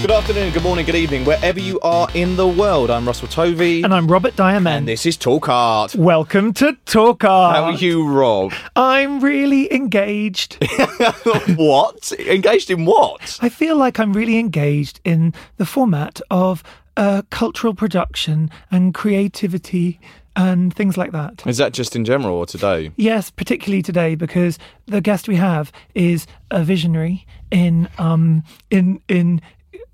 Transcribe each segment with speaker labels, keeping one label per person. Speaker 1: Good afternoon, good morning, good evening, wherever you are in the world. I'm Russell Tovey.
Speaker 2: And I'm Robert Diamond.
Speaker 1: And this is Talk Art.
Speaker 2: Welcome to Talk Art.
Speaker 1: How are you, Rob?
Speaker 2: I'm really engaged.
Speaker 1: what? Engaged in what?
Speaker 2: I feel like I'm really engaged in the format of uh, cultural production and creativity and things like that.
Speaker 1: Is that just in general or today?
Speaker 2: Yes, particularly today because the guest we have is a visionary in um in in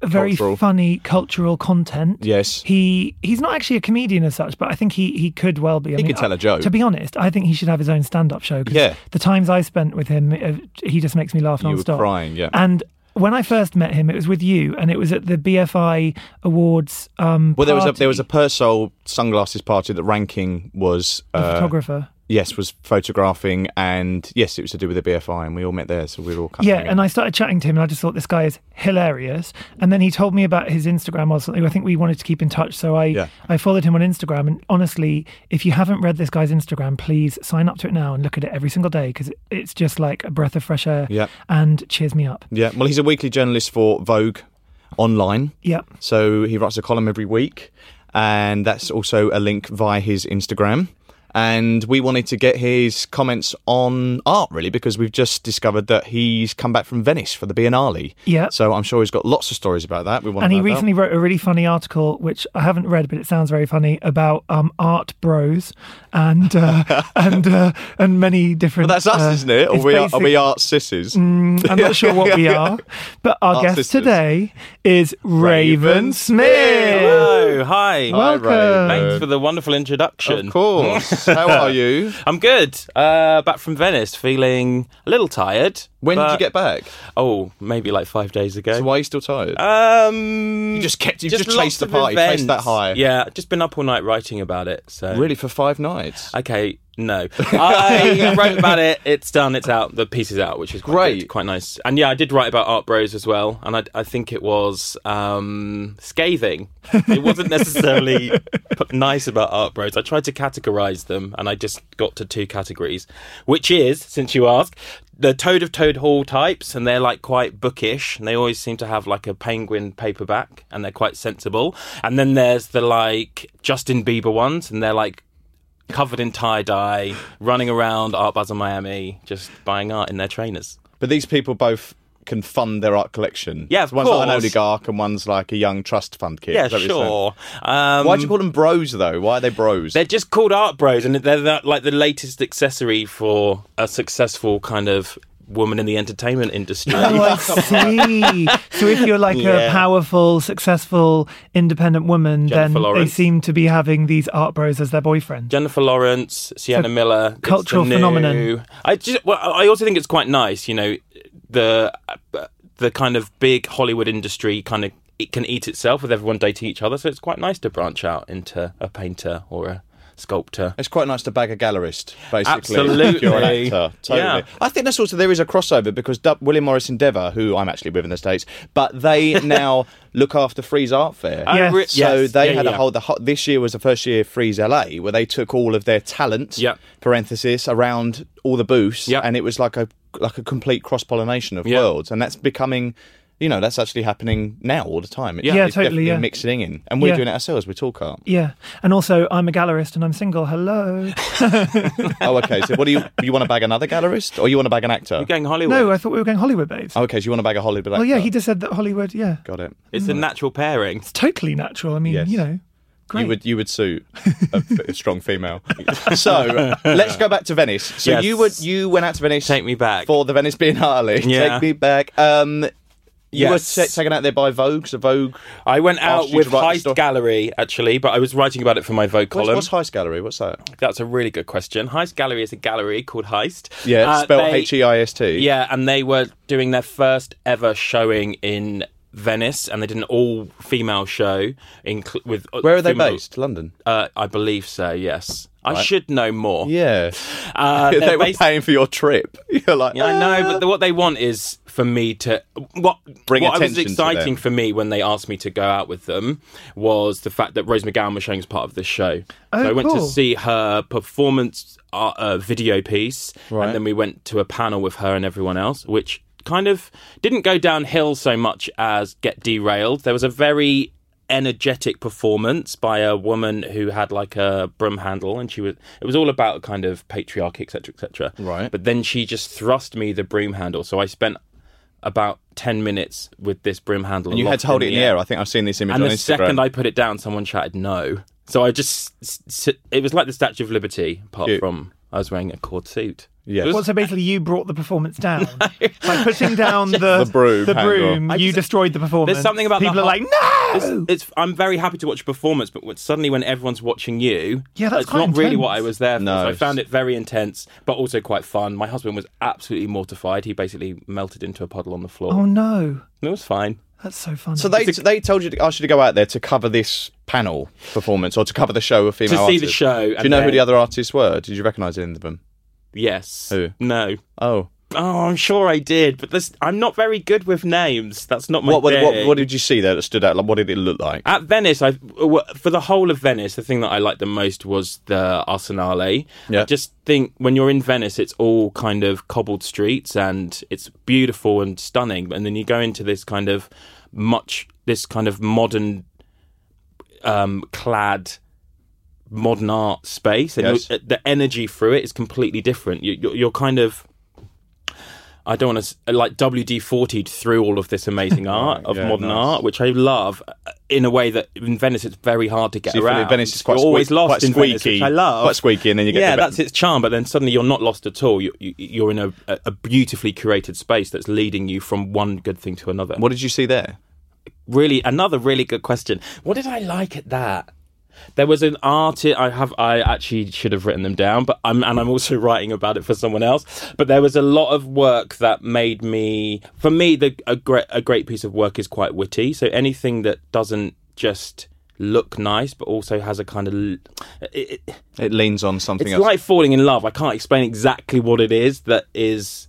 Speaker 2: very
Speaker 1: Cultural.
Speaker 2: funny cultural content.
Speaker 1: Yes.
Speaker 2: He he's not actually a comedian as such, but I think he he could well be. I
Speaker 1: He could tell a joke.
Speaker 2: To be honest, I think he should have his own stand-up show. 'cause
Speaker 1: Yeah.
Speaker 2: The times I spent with him, uh, he just makes me laugh
Speaker 1: You were
Speaker 2: non-stop.
Speaker 1: crying, yeah.
Speaker 2: And when I first met him, it was with you, and it was at the BFI Awards. Um,
Speaker 1: Well, there was a
Speaker 2: party.
Speaker 1: there was a Persol sunglasses party that ranking was
Speaker 2: The
Speaker 1: uh,
Speaker 2: photographer.
Speaker 1: yes was photographing and yes it was to do with the BFI and we all met there so we were all kind
Speaker 2: Yeah, and I started chatting to him, and I just thought this guy is hilarious. And then he told me about his Instagram or something. I think we wanted to keep in touch, so I
Speaker 1: Yeah.
Speaker 2: I followed him on Instagram. And honestly, if you haven't read this guy's Instagram, please sign up to it now and look at it every single day because it's just like a breath of fresh air.
Speaker 1: Yeah.
Speaker 2: and cheers me up.
Speaker 1: yeah well he's a weekly journalist for Vogue online
Speaker 2: Yeah,
Speaker 1: So he writes a column every week, and that's also a link via his Instagram. And we wanted to get his comments on art, really, because we've just discovered that he's come back from Venice for the Biennale.
Speaker 2: Yeah.
Speaker 1: So I'm sure he's got lots of stories about that. We want
Speaker 2: and
Speaker 1: to
Speaker 2: he
Speaker 1: know about.
Speaker 2: recently wrote a really funny article, which I haven't read, but it sounds very funny about um, art bros and uh, and uh, and many different.
Speaker 1: Well, that's us,
Speaker 2: uh,
Speaker 1: isn't it? Or
Speaker 2: it's
Speaker 1: we are, are
Speaker 2: basic-
Speaker 1: we art sissies?
Speaker 2: Mm, I'm not sure what we are, but our
Speaker 1: Our
Speaker 2: guest
Speaker 1: sisters.
Speaker 2: today is Raven,
Speaker 1: Raven
Speaker 2: Smith.
Speaker 3: Hello,
Speaker 1: Hi,
Speaker 3: hi.
Speaker 2: Welcome.
Speaker 1: Ray.
Speaker 3: Thanks for the wonderful introduction.
Speaker 1: Of course. How are you?
Speaker 3: I'm good. Uh, back from Venice, feeling a little tired.
Speaker 1: When did you
Speaker 3: but-
Speaker 1: get back?
Speaker 3: Oh, maybe like five days ago.
Speaker 1: So why are you still tired?
Speaker 3: Uh, Um,
Speaker 1: You just kept- you just
Speaker 3: lots
Speaker 1: chased the
Speaker 3: of
Speaker 1: party, chased that
Speaker 3: events.
Speaker 1: high.
Speaker 3: Yeah, just been up all night writing about it. So
Speaker 1: really, for five nights?
Speaker 3: okay, no, I wrote about it. It's done. It's out. The piece is out, which is quite
Speaker 1: Great.
Speaker 3: good, quite nice. And yeah, I did write about Art Bros as well, and I, I think it was um, scathing. It wasn't necessarily p- nice about Art Bros. I tried to categorize them, and I just got to two categories, which is, since you ask. The Toad of Toad Hall types, and they're like quite bookish, and they always seem to have like a penguin paperback, and they're quite sensible. And then there's the like Justin Bieber ones, and they're like covered in tie dye, running around Art Basel Miami, just buying art in their trainers.
Speaker 1: But these people both can fund their art collection.
Speaker 3: Yeah, of
Speaker 1: one's like an
Speaker 3: course.
Speaker 1: oligarch and one's like a young trust fund kid.
Speaker 3: Yeah,
Speaker 1: Is that what you're saying?
Speaker 3: sure. Um,
Speaker 1: Why do you call them bros though? Why are they bros?
Speaker 3: They're just called art bros, and they're the, like the latest accessory for a successful kind of woman in the entertainment industry.
Speaker 2: Oh, I see. so if you're like a
Speaker 3: Yeah.
Speaker 2: powerful, successful, independent woman,
Speaker 3: Jennifer
Speaker 2: then
Speaker 3: Lawrence.
Speaker 2: they seem to be having these art bros as their boyfriend.
Speaker 3: Jennifer Lawrence,
Speaker 2: So,
Speaker 3: Sienna Miller, it's
Speaker 2: cultural
Speaker 3: the new-
Speaker 2: phenomenon.
Speaker 3: I just, well, I also think it's quite nice, you know, the the kind of big Hollywood industry kind of it can eat itself with everyone dating each other, so it's quite nice to branch out into a painter or a sculptor.
Speaker 1: it's quite nice to bag a gallerist, basically. If
Speaker 3: Absolutely.
Speaker 1: you're an actor. Totally.
Speaker 3: Yeah.
Speaker 1: I think that's also there is a crossover because Dub- William Morris Endeavour, who I'm actually with in the States, but they now look after Freeze Art Fair.
Speaker 3: I
Speaker 2: Yes.
Speaker 3: Oh, re-
Speaker 1: So
Speaker 3: yes.
Speaker 1: they
Speaker 3: Yeah,
Speaker 1: had a
Speaker 3: yeah.
Speaker 1: whole. The ho- this year was the first year Freeze LA, where they took all of their talent.
Speaker 3: Yeah.
Speaker 1: Parenthesis around all the booths.
Speaker 3: Yeah.
Speaker 1: And it was like a like a complete cross pollination of
Speaker 3: Yeah.
Speaker 1: worlds, and that's becoming you know, that's actually happening now all the time. It's,
Speaker 2: Yeah,
Speaker 1: it's
Speaker 2: totally,
Speaker 1: definitely
Speaker 2: yeah.
Speaker 1: mixing in. And we're
Speaker 2: Yeah.
Speaker 1: doing it ourselves with Talk Art.
Speaker 2: Yeah, and also I'm a gallerist and I'm single. Hello.
Speaker 1: oh, okay. So what do you, you want to bag another gallerist or you want to bag an actor?
Speaker 3: You're going Hollywood.
Speaker 2: no, I thought we were going Hollywood babes.
Speaker 1: Oh, okay, so you want to bag a Hollywood actor?
Speaker 2: well, yeah, he just said that Hollywood. Yeah,
Speaker 1: Got it.
Speaker 3: it's a natural pairing.
Speaker 2: it's totally natural. I mean,
Speaker 1: Yes.
Speaker 2: you know, great.
Speaker 1: You would you would suit a, a strong female. so let's go back to Venice. So
Speaker 3: Yes.
Speaker 1: you would you went out to Venice.
Speaker 3: Take me back.
Speaker 1: for the Venice Biennale.
Speaker 3: Yeah.
Speaker 1: Take me back. Um, you
Speaker 3: Yes.
Speaker 1: were t- taken out there by Vogue. So Vogue.
Speaker 3: I went out
Speaker 1: Asked you
Speaker 3: with
Speaker 1: to write the
Speaker 3: Heist
Speaker 1: stuff.
Speaker 3: Gallery actually, but I was writing about it for my Vogue
Speaker 1: What's,
Speaker 3: column.
Speaker 1: what's Heist Gallery? What's that?
Speaker 3: That's a really good question. Heist Gallery is a gallery called Heist.
Speaker 1: Yeah,
Speaker 3: Uh,
Speaker 1: spelled
Speaker 3: they-
Speaker 1: H E I S T.
Speaker 3: Yeah, and they were doing their first ever showing in Venice, and they did an all female show. Incl- with uh,
Speaker 1: Where are they
Speaker 3: female-
Speaker 1: based? London.
Speaker 3: Uh, I believe so. Yes, I should know more.
Speaker 1: Yeah.
Speaker 3: Uh,
Speaker 1: they
Speaker 3: they're
Speaker 1: were
Speaker 3: based-
Speaker 1: paying for your trip. You're like,
Speaker 3: Yeah, I know, but the, what they want is for me to what
Speaker 1: Bring
Speaker 3: what was
Speaker 1: attention to
Speaker 3: exciting
Speaker 1: them.
Speaker 3: for me when they asked me to go out with them was the fact that Rose McGowan was showing as part of this show.
Speaker 2: Oh,
Speaker 3: so I went to
Speaker 2: cool.
Speaker 3: see her performance uh, uh, video piece,
Speaker 1: Right.
Speaker 3: and then we went to a panel with her and everyone else, which kind of didn't go downhill so much as get derailed. There was a very energetic performance by a woman who had like a broom handle and she was it was all about kind of patriarchy etc etc
Speaker 1: Right.
Speaker 3: but then she just thrust me the broom handle. So I spent about 10 minutes with this broom
Speaker 1: "Ah."
Speaker 3: handle.
Speaker 1: and you had to hold it in the air. I think I've seen this image
Speaker 3: And
Speaker 1: on
Speaker 3: the
Speaker 1: Instagram.
Speaker 3: second I put it down, someone shouted no. So I just, s- s- it was like the Statue of Liberty, apart
Speaker 1: Cute.
Speaker 3: from I was wearing a cord suit.
Speaker 1: Yes.
Speaker 3: It was-
Speaker 2: Well, so basically, you brought the performance down by putting down the,
Speaker 1: The broom
Speaker 2: The
Speaker 1: handle.
Speaker 2: broom, you destroyed the performance.
Speaker 3: There's something about the
Speaker 2: people are like,
Speaker 3: heart-
Speaker 2: no.
Speaker 3: It's, it's- I'm very happy to watch a performance, but when, suddenly when everyone's watching you,
Speaker 2: Yeah, that's
Speaker 3: it's
Speaker 2: quite
Speaker 3: not really what I
Speaker 2: intense.
Speaker 3: was there for.
Speaker 1: No,
Speaker 3: so I
Speaker 1: it's-
Speaker 3: found it very intense, but also quite fun. My husband was absolutely mortified. He basically melted into a puddle on the floor.
Speaker 2: Oh no,
Speaker 3: It was fine.
Speaker 2: that's so funny.
Speaker 1: so they, they told you to, I should go out there to cover this panel performance or to cover the show of female
Speaker 3: To see the
Speaker 1: artists.
Speaker 3: show
Speaker 1: Do you
Speaker 3: and
Speaker 1: know who
Speaker 3: then-
Speaker 1: the other artists were? Did you recognise any of them?
Speaker 3: Yes.
Speaker 1: Who?
Speaker 3: No.
Speaker 1: Oh.
Speaker 3: Oh, I'm sure I did, but this, I'm not very good with names. That's not my
Speaker 1: What, what, what,
Speaker 3: thing.
Speaker 1: what did you see there that stood out? Like, what did it look like?
Speaker 3: At Venice, I for the whole of Venice, the thing that I liked the most was the Arsenale.
Speaker 1: Yeah.
Speaker 3: I just think when you're in Venice, it's all kind of cobbled streets and it's beautiful and stunning. And then you go into this kind of much this kind of modern um, clad modern art space, and
Speaker 1: Yes.
Speaker 3: you're- the energy through it is completely different. You, you're, you're kind of I don't want to like WD 40 through all of this amazing art of
Speaker 1: Oh, yeah,
Speaker 3: modern
Speaker 1: nice.
Speaker 3: art, which I love uh, in a way that in Venice it's very hard to get
Speaker 1: So you feel
Speaker 3: around.
Speaker 1: Venice is quite
Speaker 3: you're always
Speaker 1: squeak-
Speaker 3: lost
Speaker 1: quite
Speaker 3: in Venice,
Speaker 1: squeaky-
Speaker 3: which I love.
Speaker 1: quite squeaky, and then you get
Speaker 3: yeah,
Speaker 1: the-
Speaker 3: that's its charm. But then suddenly you're not lost at all. You, you, you're in a, a a beautifully curated space that's leading you from one good thing to another.
Speaker 1: What did you see there?
Speaker 3: Really, another really good question. What did I like at that? There was an artist. I have. I actually should have written them down, but I'm and I'm also writing about it for someone else. But there was a lot of work that made me. For me, the a great a great piece of work is quite witty. So anything that doesn't just look nice, but also has a kind of. l- It, it,
Speaker 1: It leans on something
Speaker 3: it's
Speaker 1: else.
Speaker 3: like falling in love. I can't explain exactly what it is that is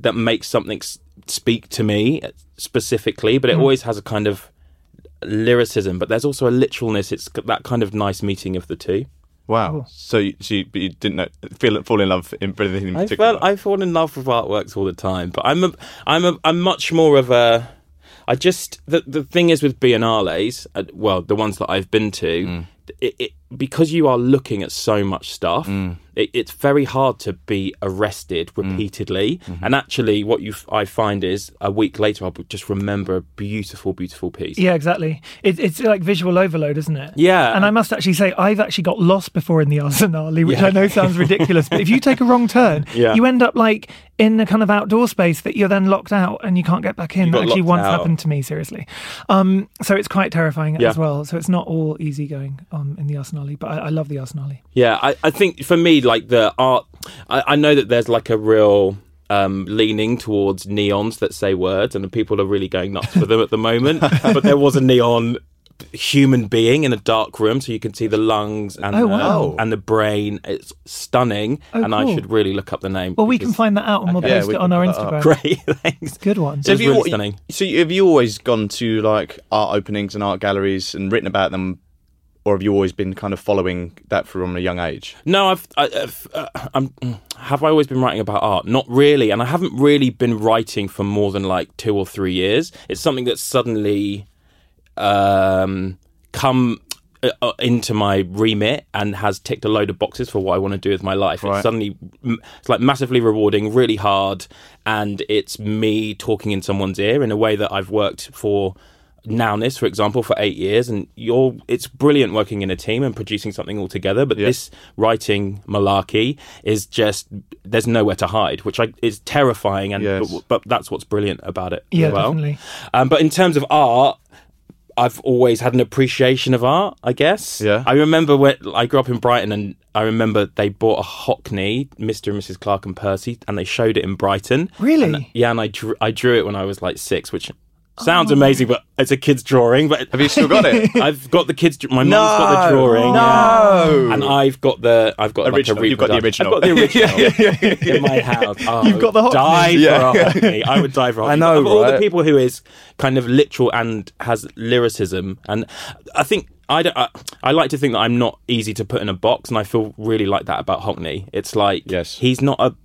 Speaker 3: that makes something s- speak to me uh, specifically,
Speaker 1: Hmm.
Speaker 3: but it always has a kind of lyricism. But there's also a literalness. It's got that kind of nice meeting of the two. Oh.
Speaker 1: wow. So, you, so you, but you didn't know, feel fall in love in with anything in
Speaker 3: I
Speaker 1: particular.
Speaker 3: fell, I fall in love with artworks all the time, but I'm a, I'm a, I'm much more of a. I just the the thing is with biennales, uh, well, the ones that I've been to,
Speaker 1: Mm.
Speaker 3: it, it because you are looking at so much stuff,
Speaker 1: Mm.
Speaker 3: it, it's very hard to be arrested repeatedly.
Speaker 1: Mm-hmm.
Speaker 3: And actually, what you f- I find is a week later, I'll just remember a beautiful, beautiful piece.
Speaker 2: Yeah, exactly. It, it's like visual overload, isn't it?
Speaker 3: Yeah.
Speaker 2: And I must actually say, I've actually got lost before in the Arsenale, which I know sounds ridiculous, but if you take a wrong turn,
Speaker 3: Yeah.
Speaker 2: you end up like in a kind of outdoor space that you're then locked out and you can't get back in.
Speaker 3: You
Speaker 2: That
Speaker 3: got
Speaker 2: actually
Speaker 3: locked
Speaker 2: once
Speaker 3: out.
Speaker 2: happened to me, seriously. Um, so it's quite terrifying
Speaker 3: Yeah.
Speaker 2: as well. So it's not all easy going um, in the Arsenale, but I, I love the Arsenale.
Speaker 3: Yeah, I, I think for me, like the art, I, I know that there's like a real um, leaning towards neons that say words, and people are really going nuts for them at the moment. but there was a neon human being in a dark room, so you can see the lungs and
Speaker 2: Oh,
Speaker 3: the,
Speaker 2: wow.
Speaker 3: and the brain. It's stunning,
Speaker 2: Oh,
Speaker 3: and I
Speaker 2: cool.
Speaker 3: should really look up the name.
Speaker 2: Well, we
Speaker 3: because-
Speaker 2: can find that out and we'll
Speaker 1: Yeah,
Speaker 2: post
Speaker 1: we
Speaker 2: it on
Speaker 1: can
Speaker 2: our
Speaker 1: put that up.
Speaker 2: Instagram.
Speaker 3: Great, thanks.
Speaker 2: Good one.
Speaker 3: So- It was
Speaker 1: you,
Speaker 3: really stunning.
Speaker 1: So, you- have you always gone to like art openings and art galleries and written about them, or have you always been kind of following that from a young age?
Speaker 3: No, I've, I, I've uh, I'm, I have I always been writing about art? Not really. And I haven't really been writing for more than like two or three years. It's something that's suddenly um, come uh, uh, into my remit and has ticked a load of boxes for what I want to do with my life.
Speaker 1: Right.
Speaker 3: It's suddenly m- it's like massively rewarding, really hard, and it's me talking in someone's ear in a way that I've worked for Nowness, for example, for eight years, and you're it's brilliant working in a team and producing something all together. But
Speaker 1: Yeah.
Speaker 3: this writing malarkey is just there's nowhere to hide, which I, is terrifying, and
Speaker 1: Yes.
Speaker 3: but, but that's what's brilliant about it.
Speaker 2: Yeah,
Speaker 3: as well.
Speaker 2: definitely.
Speaker 3: Um, but in terms of art, I've always had an appreciation of art, I guess.
Speaker 1: Yeah.
Speaker 3: I remember when I grew up in Brighton and I remember they bought a Hockney, Mr. and Mrs. Clark and Percy, and they showed it in Brighton.
Speaker 2: Really?
Speaker 3: And- yeah, and I drew, I drew it when I was like six, which sounds amazing, but it's a kid's drawing. But
Speaker 1: Have you still got it?
Speaker 3: I've got the kids. dr- My mum's got the drawing.
Speaker 1: No.
Speaker 3: And I've got the I've got
Speaker 1: Oh. Original.
Speaker 3: Like a
Speaker 1: You've got the
Speaker 3: reproduction.
Speaker 1: original.
Speaker 3: I've got the original in my house. Oh,
Speaker 2: You've got the Hockney.
Speaker 3: die
Speaker 1: Yeah.
Speaker 3: for a Hockney. I would die for a Hockney.
Speaker 1: I know,
Speaker 3: Of all the
Speaker 1: right?
Speaker 3: people who is kind of literal and has lyricism, and I think. I, don't, I, I like to think that I'm not easy to put in a box, and I feel really like that about Hockney. It's like
Speaker 1: Yes.
Speaker 3: he's not a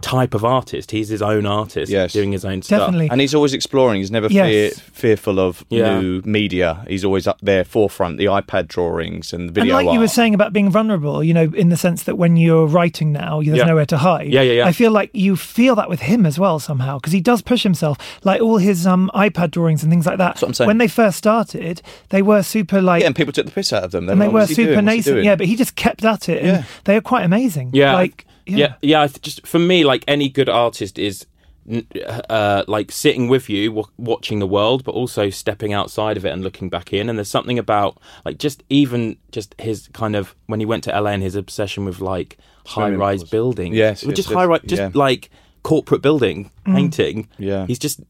Speaker 3: type of artist; he's his own artist,
Speaker 1: Yes.
Speaker 3: doing his own stuff.
Speaker 2: Definitely.
Speaker 1: And he's always exploring. He's never
Speaker 2: Yes.
Speaker 1: fear, fearful of
Speaker 3: Yeah.
Speaker 1: new media. He's always up there forefront. The iPad drawings and the video
Speaker 2: and like you were
Speaker 1: art.
Speaker 2: saying about being vulnerable, you know, in the sense that when you're writing now, there's
Speaker 3: Yeah.
Speaker 2: nowhere to hide.
Speaker 3: Yeah, yeah, yeah.
Speaker 2: I feel like you feel that with him as well somehow because he does push himself. Like all his um iPad drawings and things like that. That's
Speaker 1: what I'm saying.
Speaker 2: When they first started, they were super like.
Speaker 1: yeah, and people took the piss out of them.
Speaker 2: and they
Speaker 1: like,
Speaker 2: were
Speaker 1: "What's he
Speaker 2: super
Speaker 1: doing? What's he
Speaker 2: nascent,
Speaker 1: doing?"
Speaker 2: yeah. But he just kept at it, and
Speaker 1: Yeah.
Speaker 2: they are quite amazing.
Speaker 3: Yeah,
Speaker 2: like
Speaker 3: yeah, yeah. I th- just for me, like any good artist is n- uh, like sitting with you, w- watching the world, but also stepping outside of it and looking back in. And there's something about like just even just his kind of when he went to LA and his obsession with like high rise
Speaker 1: pools.
Speaker 3: buildings,
Speaker 1: Yes,
Speaker 3: Well,
Speaker 1: yes,
Speaker 3: just
Speaker 1: yes,
Speaker 3: high rise, just
Speaker 1: yeah.
Speaker 3: like corporate building painting.
Speaker 1: Yeah.
Speaker 3: he's just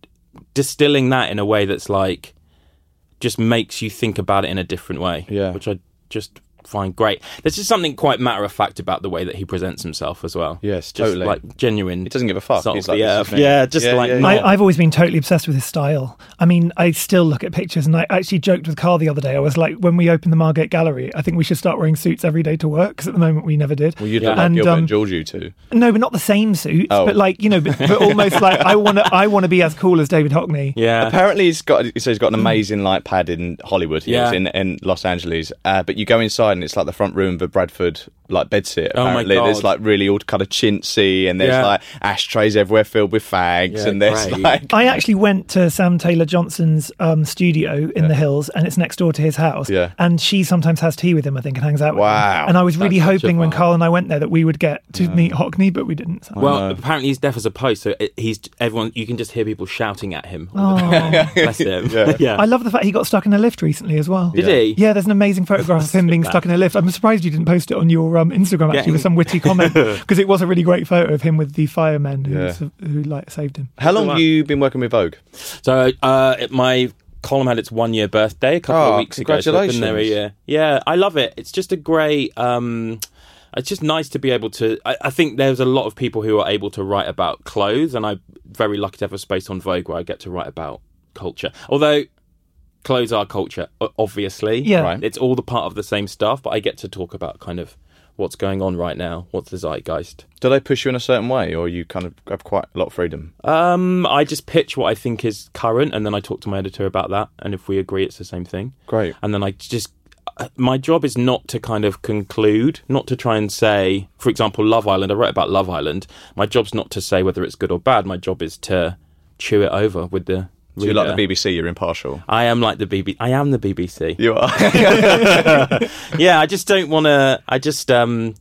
Speaker 3: distilling that in a way that's like just makes you think about it in a different way.
Speaker 1: Yeah.
Speaker 3: Which I just find great. There's just something quite matter of fact about the way that he presents himself as well.
Speaker 1: Yes,
Speaker 3: just
Speaker 1: totally.
Speaker 3: Like genuine.
Speaker 1: He doesn't give a fuck.
Speaker 3: salt
Speaker 1: He's
Speaker 3: of
Speaker 1: like,
Speaker 3: the
Speaker 1: this is
Speaker 3: earth.
Speaker 1: me.
Speaker 3: yeah, just
Speaker 1: Yeah,
Speaker 3: like
Speaker 1: yeah, yeah.
Speaker 3: not-
Speaker 2: I, I've always been totally obsessed with his style. I mean, I still look at pictures, and I actually joked with Carl the other day. I was like, when we open the Margate Gallery, I think we should start wearing suits every day to work because at the moment we never did.
Speaker 1: Well, you look like
Speaker 2: And,
Speaker 1: Gilbert
Speaker 2: um,
Speaker 1: and George, you two.
Speaker 2: No, but not the same suits,
Speaker 1: Oh.
Speaker 2: but like you know, but, but almost like I want to. I want to be as cool as David Hockney.
Speaker 3: yeah.
Speaker 1: Apparently, he's got he says he's got an amazing light pad in Hollywood. He
Speaker 3: Yeah.
Speaker 1: lives in in Los Angeles, uh, but you go inside and it's like the front room of a Bradford like bedsit.
Speaker 3: Oh my
Speaker 1: Apparently, there's
Speaker 3: God.
Speaker 1: like really all kind of chintzy, and there's
Speaker 3: Yeah.
Speaker 1: like ashtrays everywhere filled with fags,
Speaker 3: Yeah,
Speaker 1: and there's
Speaker 3: great.
Speaker 1: like
Speaker 2: I actually went to Sam Taylor Johnson's um, studio in the hills, and it's next door to his house.
Speaker 1: Yeah.
Speaker 2: And she sometimes has tea with him, I think, and hangs out. With
Speaker 1: Wow.
Speaker 2: him. And I was really
Speaker 3: That's such a
Speaker 2: hoping when
Speaker 3: vibe.
Speaker 2: Carl and I went there that we would get to meet Hockney, but we didn't. So-
Speaker 3: Well, apparently he's deaf as a post, so it- he's everyone. You can just hear people shouting at him. all the time. Bless him. Yeah.
Speaker 2: I love the fact he got stuck in a lift recently as well.
Speaker 3: Did he?
Speaker 2: Yeah, there's an amazing photograph of him being stuck in a lift. I'm surprised you didn't post it on your um, Instagram actually
Speaker 3: Getting-
Speaker 2: with some witty comment because it was a really great photo of him with the firemen who,
Speaker 1: Yeah.
Speaker 2: sa- who like saved him.
Speaker 1: How long have you been working with Vogue?
Speaker 3: So uh, it- my column had its one year birthday a couple
Speaker 1: Oh,
Speaker 3: of weeks ago. So I've been there a
Speaker 1: congratulations.
Speaker 3: year. Yeah, I love it. It's just a great. Um, it's just nice to be able to. I, I think there's a lot of people who are able to write about clothes, and I'm very lucky to have a space on Vogue where I get to write about culture. Although clothes are culture, o- obviously.
Speaker 2: Yeah. Right.
Speaker 3: It's all the part of the same stuff, but I get to talk about kind of what's going on right now, what's the zeitgeist.
Speaker 1: Do they push you in a certain way, or you kind of have quite a lot of freedom?
Speaker 3: Um, I just pitch what I think is current, and then I talk to my editor about that. And if we agree, it's the same thing.
Speaker 1: Great.
Speaker 3: And then I just, uh, my job is not to kind of conclude, not to try and say, for example, Love Island. I wrote about Love Island. My job's not to say whether it's good or bad. My job is to chew it over with the.
Speaker 1: Do you like
Speaker 3: reader.
Speaker 1: the BBC? You're impartial.
Speaker 3: I am like the BBC. I am the BBC
Speaker 1: You are.
Speaker 3: yeah, I just don't want to. I just um,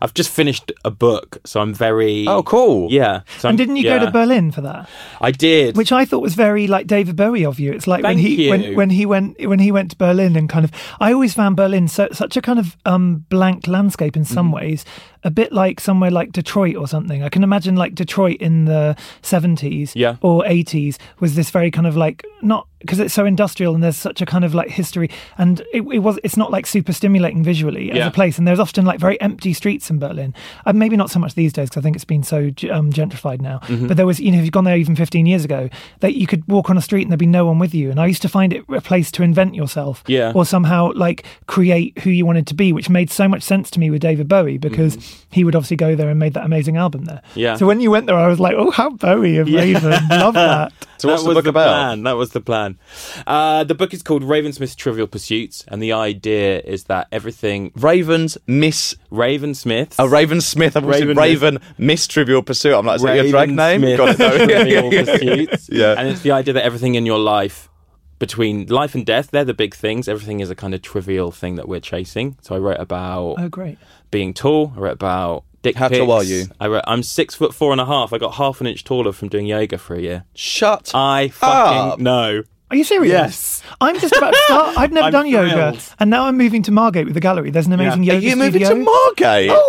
Speaker 3: I've just finished a book, so I'm very.
Speaker 1: Oh, cool.
Speaker 3: Yeah. So I'm-
Speaker 2: And didn't you go
Speaker 3: Um, yeah.
Speaker 2: to Berlin for that?
Speaker 3: I did.
Speaker 2: Which I thought was very like David Bowie of you. It's like when
Speaker 3: Thank
Speaker 2: he when,
Speaker 3: you.
Speaker 2: when he went when he went to Berlin and kind of I always found Berlin so, such a kind of um, blank landscape in
Speaker 3: Mm-hmm.
Speaker 2: some ways, a bit like somewhere like Detroit or something. I can imagine like Detroit in the seventies
Speaker 3: Yeah.
Speaker 2: or eighties was this very kind of like not because it's so industrial and there's such a kind of like history and it, it was it's not like super stimulating visually as
Speaker 3: Yeah.
Speaker 2: a place and there's often like very empty streets in Berlin. Uh, maybe not so much these days because I think it's been so g- um, gentrified now.
Speaker 3: Mm-hmm.
Speaker 2: But there was you know if you've gone there even 15 years ago that you could walk on a street and there'd be no one with you. And I used to find it a place to invent yourself
Speaker 3: Yeah.
Speaker 2: or somehow like create who you wanted to be, which made so much sense to me with David Bowie because he would obviously go there and made that amazing album there.
Speaker 3: Mm-hmm. Yeah.
Speaker 2: So when you went there, I was like, oh, how Bowie of Raven, love that.
Speaker 1: So what's the
Speaker 3: that was
Speaker 1: book
Speaker 3: the
Speaker 1: about?
Speaker 3: plan. That was the plan. Uh, the book is called Ravensmith's Trivial Pursuits, and the idea is that everything
Speaker 1: Ravens miss
Speaker 3: Raven Smith's
Speaker 1: a Raven Smith. I'm Raven,
Speaker 3: Raven
Speaker 1: Raven miss Trivial Pursuit. I'm like, is that your drag
Speaker 3: Raven
Speaker 1: name?
Speaker 3: Smith's
Speaker 1: Got it though.
Speaker 3: Trivial Pursuits.
Speaker 1: Yeah.
Speaker 3: And it's the idea that everything in your life, between life and death, they're the big things. Everything is a kind of trivial thing that we're chasing. So I wrote about
Speaker 2: Oh, great.
Speaker 3: being tall. I wrote about dick
Speaker 1: How
Speaker 3: pics.
Speaker 1: tall are you?
Speaker 3: I wrote, I'm six foot four and a half. I got half an inch taller from doing yoga for a year.
Speaker 1: Shut
Speaker 2: Uh,
Speaker 3: I
Speaker 1: up.
Speaker 3: fucking know.
Speaker 2: Are you serious?
Speaker 3: Yes.
Speaker 2: I'm just about to start. I've never
Speaker 3: I'm
Speaker 2: done yoga.
Speaker 3: thrilled.
Speaker 2: And now I'm moving to Margate with the gallery. There's an amazing
Speaker 1: Are
Speaker 2: yoga
Speaker 1: you moving to
Speaker 2: studio.
Speaker 1: Margate?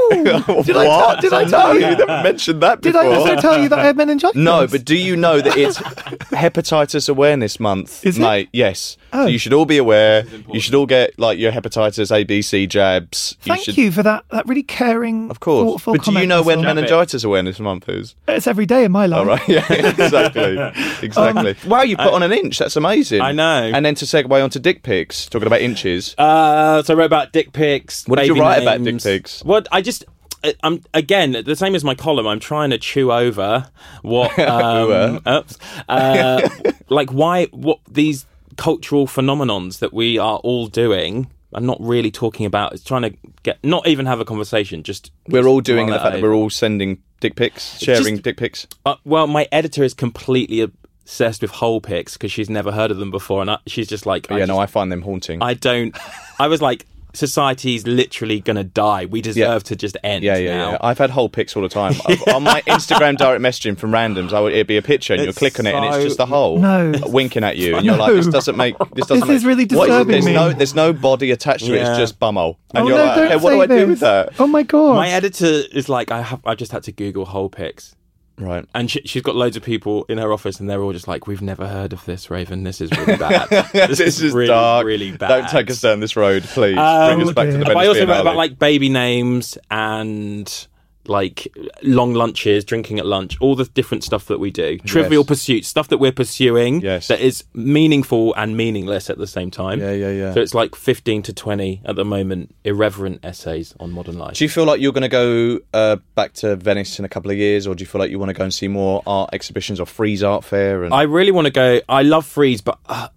Speaker 2: Oh, did I tell-
Speaker 1: what? did I tell you? You never mentioned that
Speaker 2: Did
Speaker 1: before.
Speaker 2: I also tell you that I had meningitis?
Speaker 1: No, but do you know that it's hepatitis awareness month,
Speaker 2: Is it?
Speaker 1: mate? Yes.
Speaker 2: Oh.
Speaker 1: So you should all be aware. You should all get like your hepatitis A, B, C jabs.
Speaker 2: Thank you,
Speaker 1: should-
Speaker 2: for that, that really caring,
Speaker 1: Of course.
Speaker 2: thoughtful
Speaker 1: But do you
Speaker 2: comment
Speaker 1: know
Speaker 2: as
Speaker 1: when
Speaker 2: well.
Speaker 1: meningitis awareness month is?
Speaker 2: It's every day in my life.
Speaker 1: All right. Yeah, exactly. Exactly. Um, wow, you put on an inch. That's amazing.
Speaker 3: I know.
Speaker 1: And then to segue onto dick pics, talking about inches.
Speaker 3: Uh, so I wrote about dick pics.
Speaker 1: What did you
Speaker 3: baby
Speaker 1: write about
Speaker 3: names.
Speaker 1: dick pics?
Speaker 3: What I just. I- I'm again the same as my column. I'm trying to chew over what, um, oops, uh, like why what these cultural phenomenons that we are all doing. I'm not really talking about. It's trying to get not even have a conversation. Just
Speaker 1: we're all doing
Speaker 3: mull
Speaker 1: the fact that
Speaker 3: over.
Speaker 1: we're all sending dick pics, sharing
Speaker 3: Just-
Speaker 1: dick pics.
Speaker 3: Uh, well, my editor is completely obsessed with hole pics because she's never heard of them before, and I, she's just like,
Speaker 1: yeah, no,
Speaker 3: just-
Speaker 1: I find them haunting.
Speaker 3: I don't. I was like, society's literally gonna die. We deserve
Speaker 1: Yeah.
Speaker 3: to just end.
Speaker 1: Yeah, yeah,
Speaker 3: now.
Speaker 1: yeah. I've had whole pics all the time. I've- on my Instagram direct messaging from randoms, I would, it'd be a picture and you
Speaker 3: It's
Speaker 1: click on it and it's
Speaker 3: so-
Speaker 1: just a hole
Speaker 2: No.
Speaker 1: winking at you. And you're like, this doesn't make this doesn't
Speaker 2: This is
Speaker 1: make-
Speaker 2: really
Speaker 1: what it?
Speaker 2: disturbing
Speaker 1: There's
Speaker 2: me.
Speaker 1: no, there's no body attached to it.
Speaker 3: Yeah.
Speaker 1: It's just bumhole. And
Speaker 2: Oh,
Speaker 1: you're
Speaker 2: no,
Speaker 1: like,
Speaker 2: don't
Speaker 1: hey, what do
Speaker 2: say
Speaker 1: I do
Speaker 2: this.
Speaker 1: with that?
Speaker 2: Oh, my God.
Speaker 3: My editor is like, I have. I just had to Google whole pics.
Speaker 1: Right.
Speaker 3: And she, she's got loads of people in her office, and they're all just like, "We've never heard of this, Raven. This is really bad.
Speaker 1: This, is
Speaker 3: really,
Speaker 1: dark.
Speaker 3: really bad."
Speaker 1: Don't take us down this road, please.
Speaker 3: Um,
Speaker 1: Bring us back to the
Speaker 3: But I
Speaker 1: Venice
Speaker 3: also wrote
Speaker 1: Biennale.
Speaker 3: about like baby names and like long lunches, drinking at lunch, all the different stuff that we do. Trivial pursuits, stuff that we're pursuing
Speaker 1: Yes.
Speaker 3: that is meaningful and meaningless at the same time.
Speaker 1: Yeah, yeah, yeah.
Speaker 3: So it's like 15 to 20 at the moment, irreverent essays on modern life.
Speaker 1: Do you feel like you're going to go uh, back to Venice in a couple of years, or do you feel like you want to go and see more art exhibitions or Freeze Art Fair? And
Speaker 3: I really want to go. I love Freeze, but uh,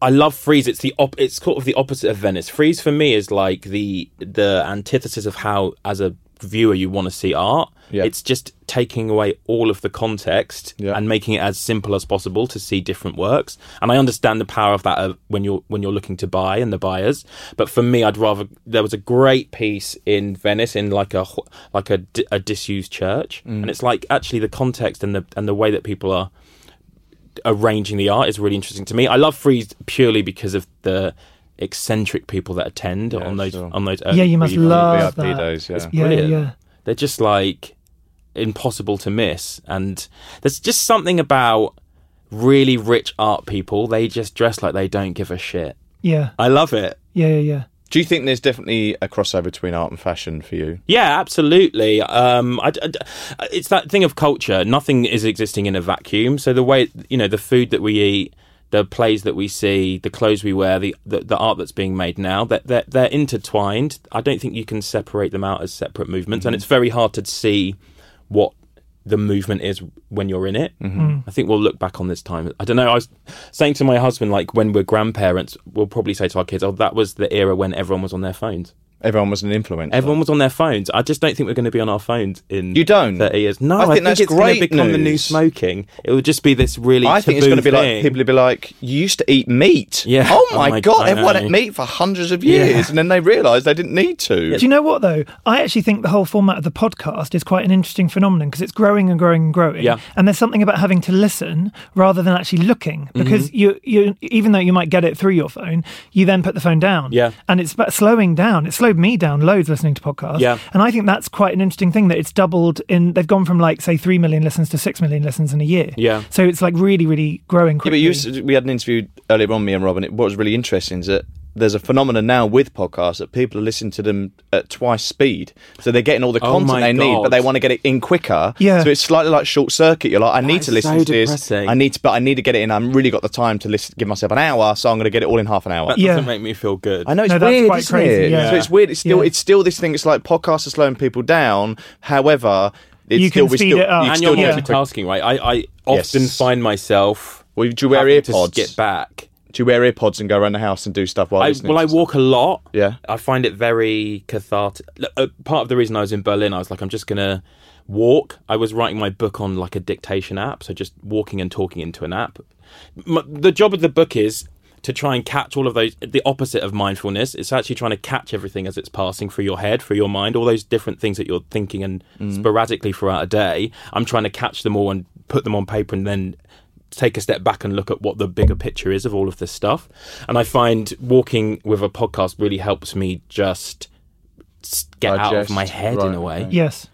Speaker 3: I love Freeze. It's the op- it's sort of the opposite of Venice. Freeze for me is like the the antithesis of how as a viewer you want to see art.
Speaker 1: Yeah.
Speaker 3: It's just taking away all of the context
Speaker 1: Yeah.
Speaker 3: and making it as simple as possible to see different works. And I understand the power of that uh, when you're when you're looking to buy and the buyers. But for me, I'd rather there was a great piece in Venice in like a ho- like a, di- a disused church,
Speaker 1: Mm.
Speaker 3: and it's like actually the context and the and the way that people are arranging the art is really interesting to me. I love Freeze purely because of the eccentric people that attend on those on those.
Speaker 2: Yeah, you must
Speaker 3: early-
Speaker 2: love
Speaker 1: VIP
Speaker 2: that.
Speaker 1: days, yeah.
Speaker 2: Yeah,
Speaker 3: Brilliant.
Speaker 2: yeah.
Speaker 3: They're just like impossible to miss, and there's just something about really rich art people. They just dress like they don't give a shit.
Speaker 2: Yeah,
Speaker 3: I love it.
Speaker 2: yeah, yeah, yeah.
Speaker 1: Do you think there's definitely a crossover between art and fashion for you?
Speaker 3: Yeah, absolutely. Um, I, I- it's that thing of culture. Nothing is existing in a vacuum. So the way you know the food that we eat, the plays that we see, the clothes we wear, the the, the art that's being made now, that they're, they're intertwined. I don't think you can separate them out as separate movements, and it's very hard to see what the movement is when you're in it. I think we'll look back on this time. I don't know. I was saying to my husband, like when we're grandparents, we'll probably say to our kids, "Oh, that was the era when everyone was on their phones."
Speaker 1: Everyone was an influencer.
Speaker 3: Everyone was on their phones. I just don't think we're going to be on our phones in
Speaker 1: You don't?
Speaker 3: 30 years.
Speaker 1: I
Speaker 3: No, I
Speaker 1: think
Speaker 3: think,
Speaker 1: that's
Speaker 3: it's going
Speaker 1: great
Speaker 3: to become the new
Speaker 1: news.
Speaker 3: smoking. It would just be this really.
Speaker 1: I think it's
Speaker 3: taboo
Speaker 1: going to be
Speaker 3: thing.
Speaker 1: like people will be like, "You used to eat meat.
Speaker 3: Yeah.
Speaker 1: Oh my,
Speaker 3: Oh my-
Speaker 1: god,
Speaker 3: I
Speaker 1: everyone
Speaker 3: know.
Speaker 1: ate meat for hundreds of years,
Speaker 3: Yeah.
Speaker 1: and then they realised they didn't need to.
Speaker 2: Do you know what though? I actually think the whole format of the podcast is quite an interesting phenomenon because it's growing and growing and growing.
Speaker 3: Yeah.
Speaker 2: And there's something about having to listen rather than actually looking
Speaker 3: Mm-hmm.
Speaker 2: because you you even though you might get it through your phone, you then put the phone down.
Speaker 3: Yeah.
Speaker 2: And it's about slowing down. It slowed me down loads listening to podcasts.
Speaker 3: Yeah.
Speaker 2: And I think that's quite an interesting thing that it's doubled in. They've gone from like say three million listens to six million listens in a year.
Speaker 3: Yeah.
Speaker 2: So it's like really really growing
Speaker 1: Yeah,
Speaker 2: quickly.
Speaker 1: but you, used to- we had an interview earlier on, me and Rob, and it, what was really interesting is that there's a phenomenon now with podcasts that people are listening to them at twice speed, so they're getting all the
Speaker 3: Oh
Speaker 1: content
Speaker 3: my
Speaker 1: they need, but
Speaker 3: God.
Speaker 1: they want to get it in quicker.
Speaker 2: Yeah.
Speaker 1: So it's slightly like short circuit. You're like, I need
Speaker 3: is
Speaker 1: to listen
Speaker 3: so
Speaker 1: to this.
Speaker 3: depressing.
Speaker 1: I need to, but I need to get it in. I'm really got the time to listen, give myself an hour, so I'm going to get it all in half an hour.
Speaker 3: That
Speaker 2: Yeah.
Speaker 3: doesn't make me feel good.
Speaker 1: I know it's
Speaker 2: No, that's
Speaker 1: weird,
Speaker 2: quite
Speaker 1: isn't
Speaker 2: crazy,
Speaker 1: it?
Speaker 2: yeah.
Speaker 1: So it's weird. It's still
Speaker 2: Yeah.
Speaker 1: it's still this thing. It's like podcasts are slowing people down. However, it's
Speaker 2: You can
Speaker 1: still, we
Speaker 2: speed
Speaker 1: still,
Speaker 2: it up.
Speaker 1: you
Speaker 3: and
Speaker 1: still
Speaker 3: you're
Speaker 2: yeah.
Speaker 1: need to quick-
Speaker 3: multitasking, right? I, I often
Speaker 1: Yes.
Speaker 3: find myself
Speaker 1: Well, do you wear
Speaker 3: having to
Speaker 1: earpods?
Speaker 3: Get back.
Speaker 1: Do you wear earpods and go around the house and do stuff while
Speaker 3: I,
Speaker 1: listening?
Speaker 3: well,
Speaker 1: to
Speaker 3: I
Speaker 1: stuff?
Speaker 3: walk a lot.
Speaker 1: Yeah.
Speaker 3: I find it very cathartic. Look, uh, Part of the reason I was in Berlin, I was like, I'm just going to walk. I was writing my book on like a dictation app. So just walking and talking into an app. M the job of the book is to try and catch all of those, the opposite of mindfulness. It's actually trying to catch everything as it's passing through your head, through your mind, all those different things that you're thinking and
Speaker 1: Mm.
Speaker 3: sporadically throughout a day. I'm trying to catch them all and put them on paper and then take a step back and look at what the bigger picture is of all of this stuff. And I find walking with a podcast really helps me just s- get out of
Speaker 1: Digest,
Speaker 3: my head in
Speaker 1: right,
Speaker 3: a way.
Speaker 1: okay.
Speaker 2: Yes.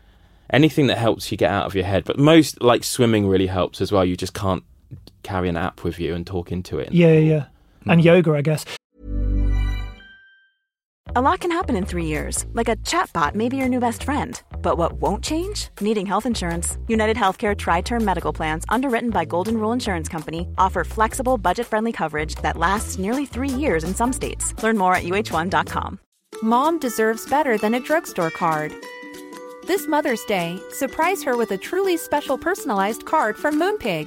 Speaker 3: Anything that helps you get out of your head, but most like swimming really helps as well. You just can't carry an app with you and talk into it.
Speaker 2: Yeah, yeah, yeah. And yoga, I guess.
Speaker 4: A lot can happen in three years, like a chatbot may be your new best friend. But what won't change? Needing health insurance. United Healthcare Tri Term Medical Plans, underwritten by Golden Rule Insurance Company, offer flexible, budget friendly coverage that lasts nearly three years in some states. Learn more at uh uh1.com.
Speaker 5: Mom deserves better than a drugstore card. This Mother's Day, surprise her with a truly special personalized card from Moonpig.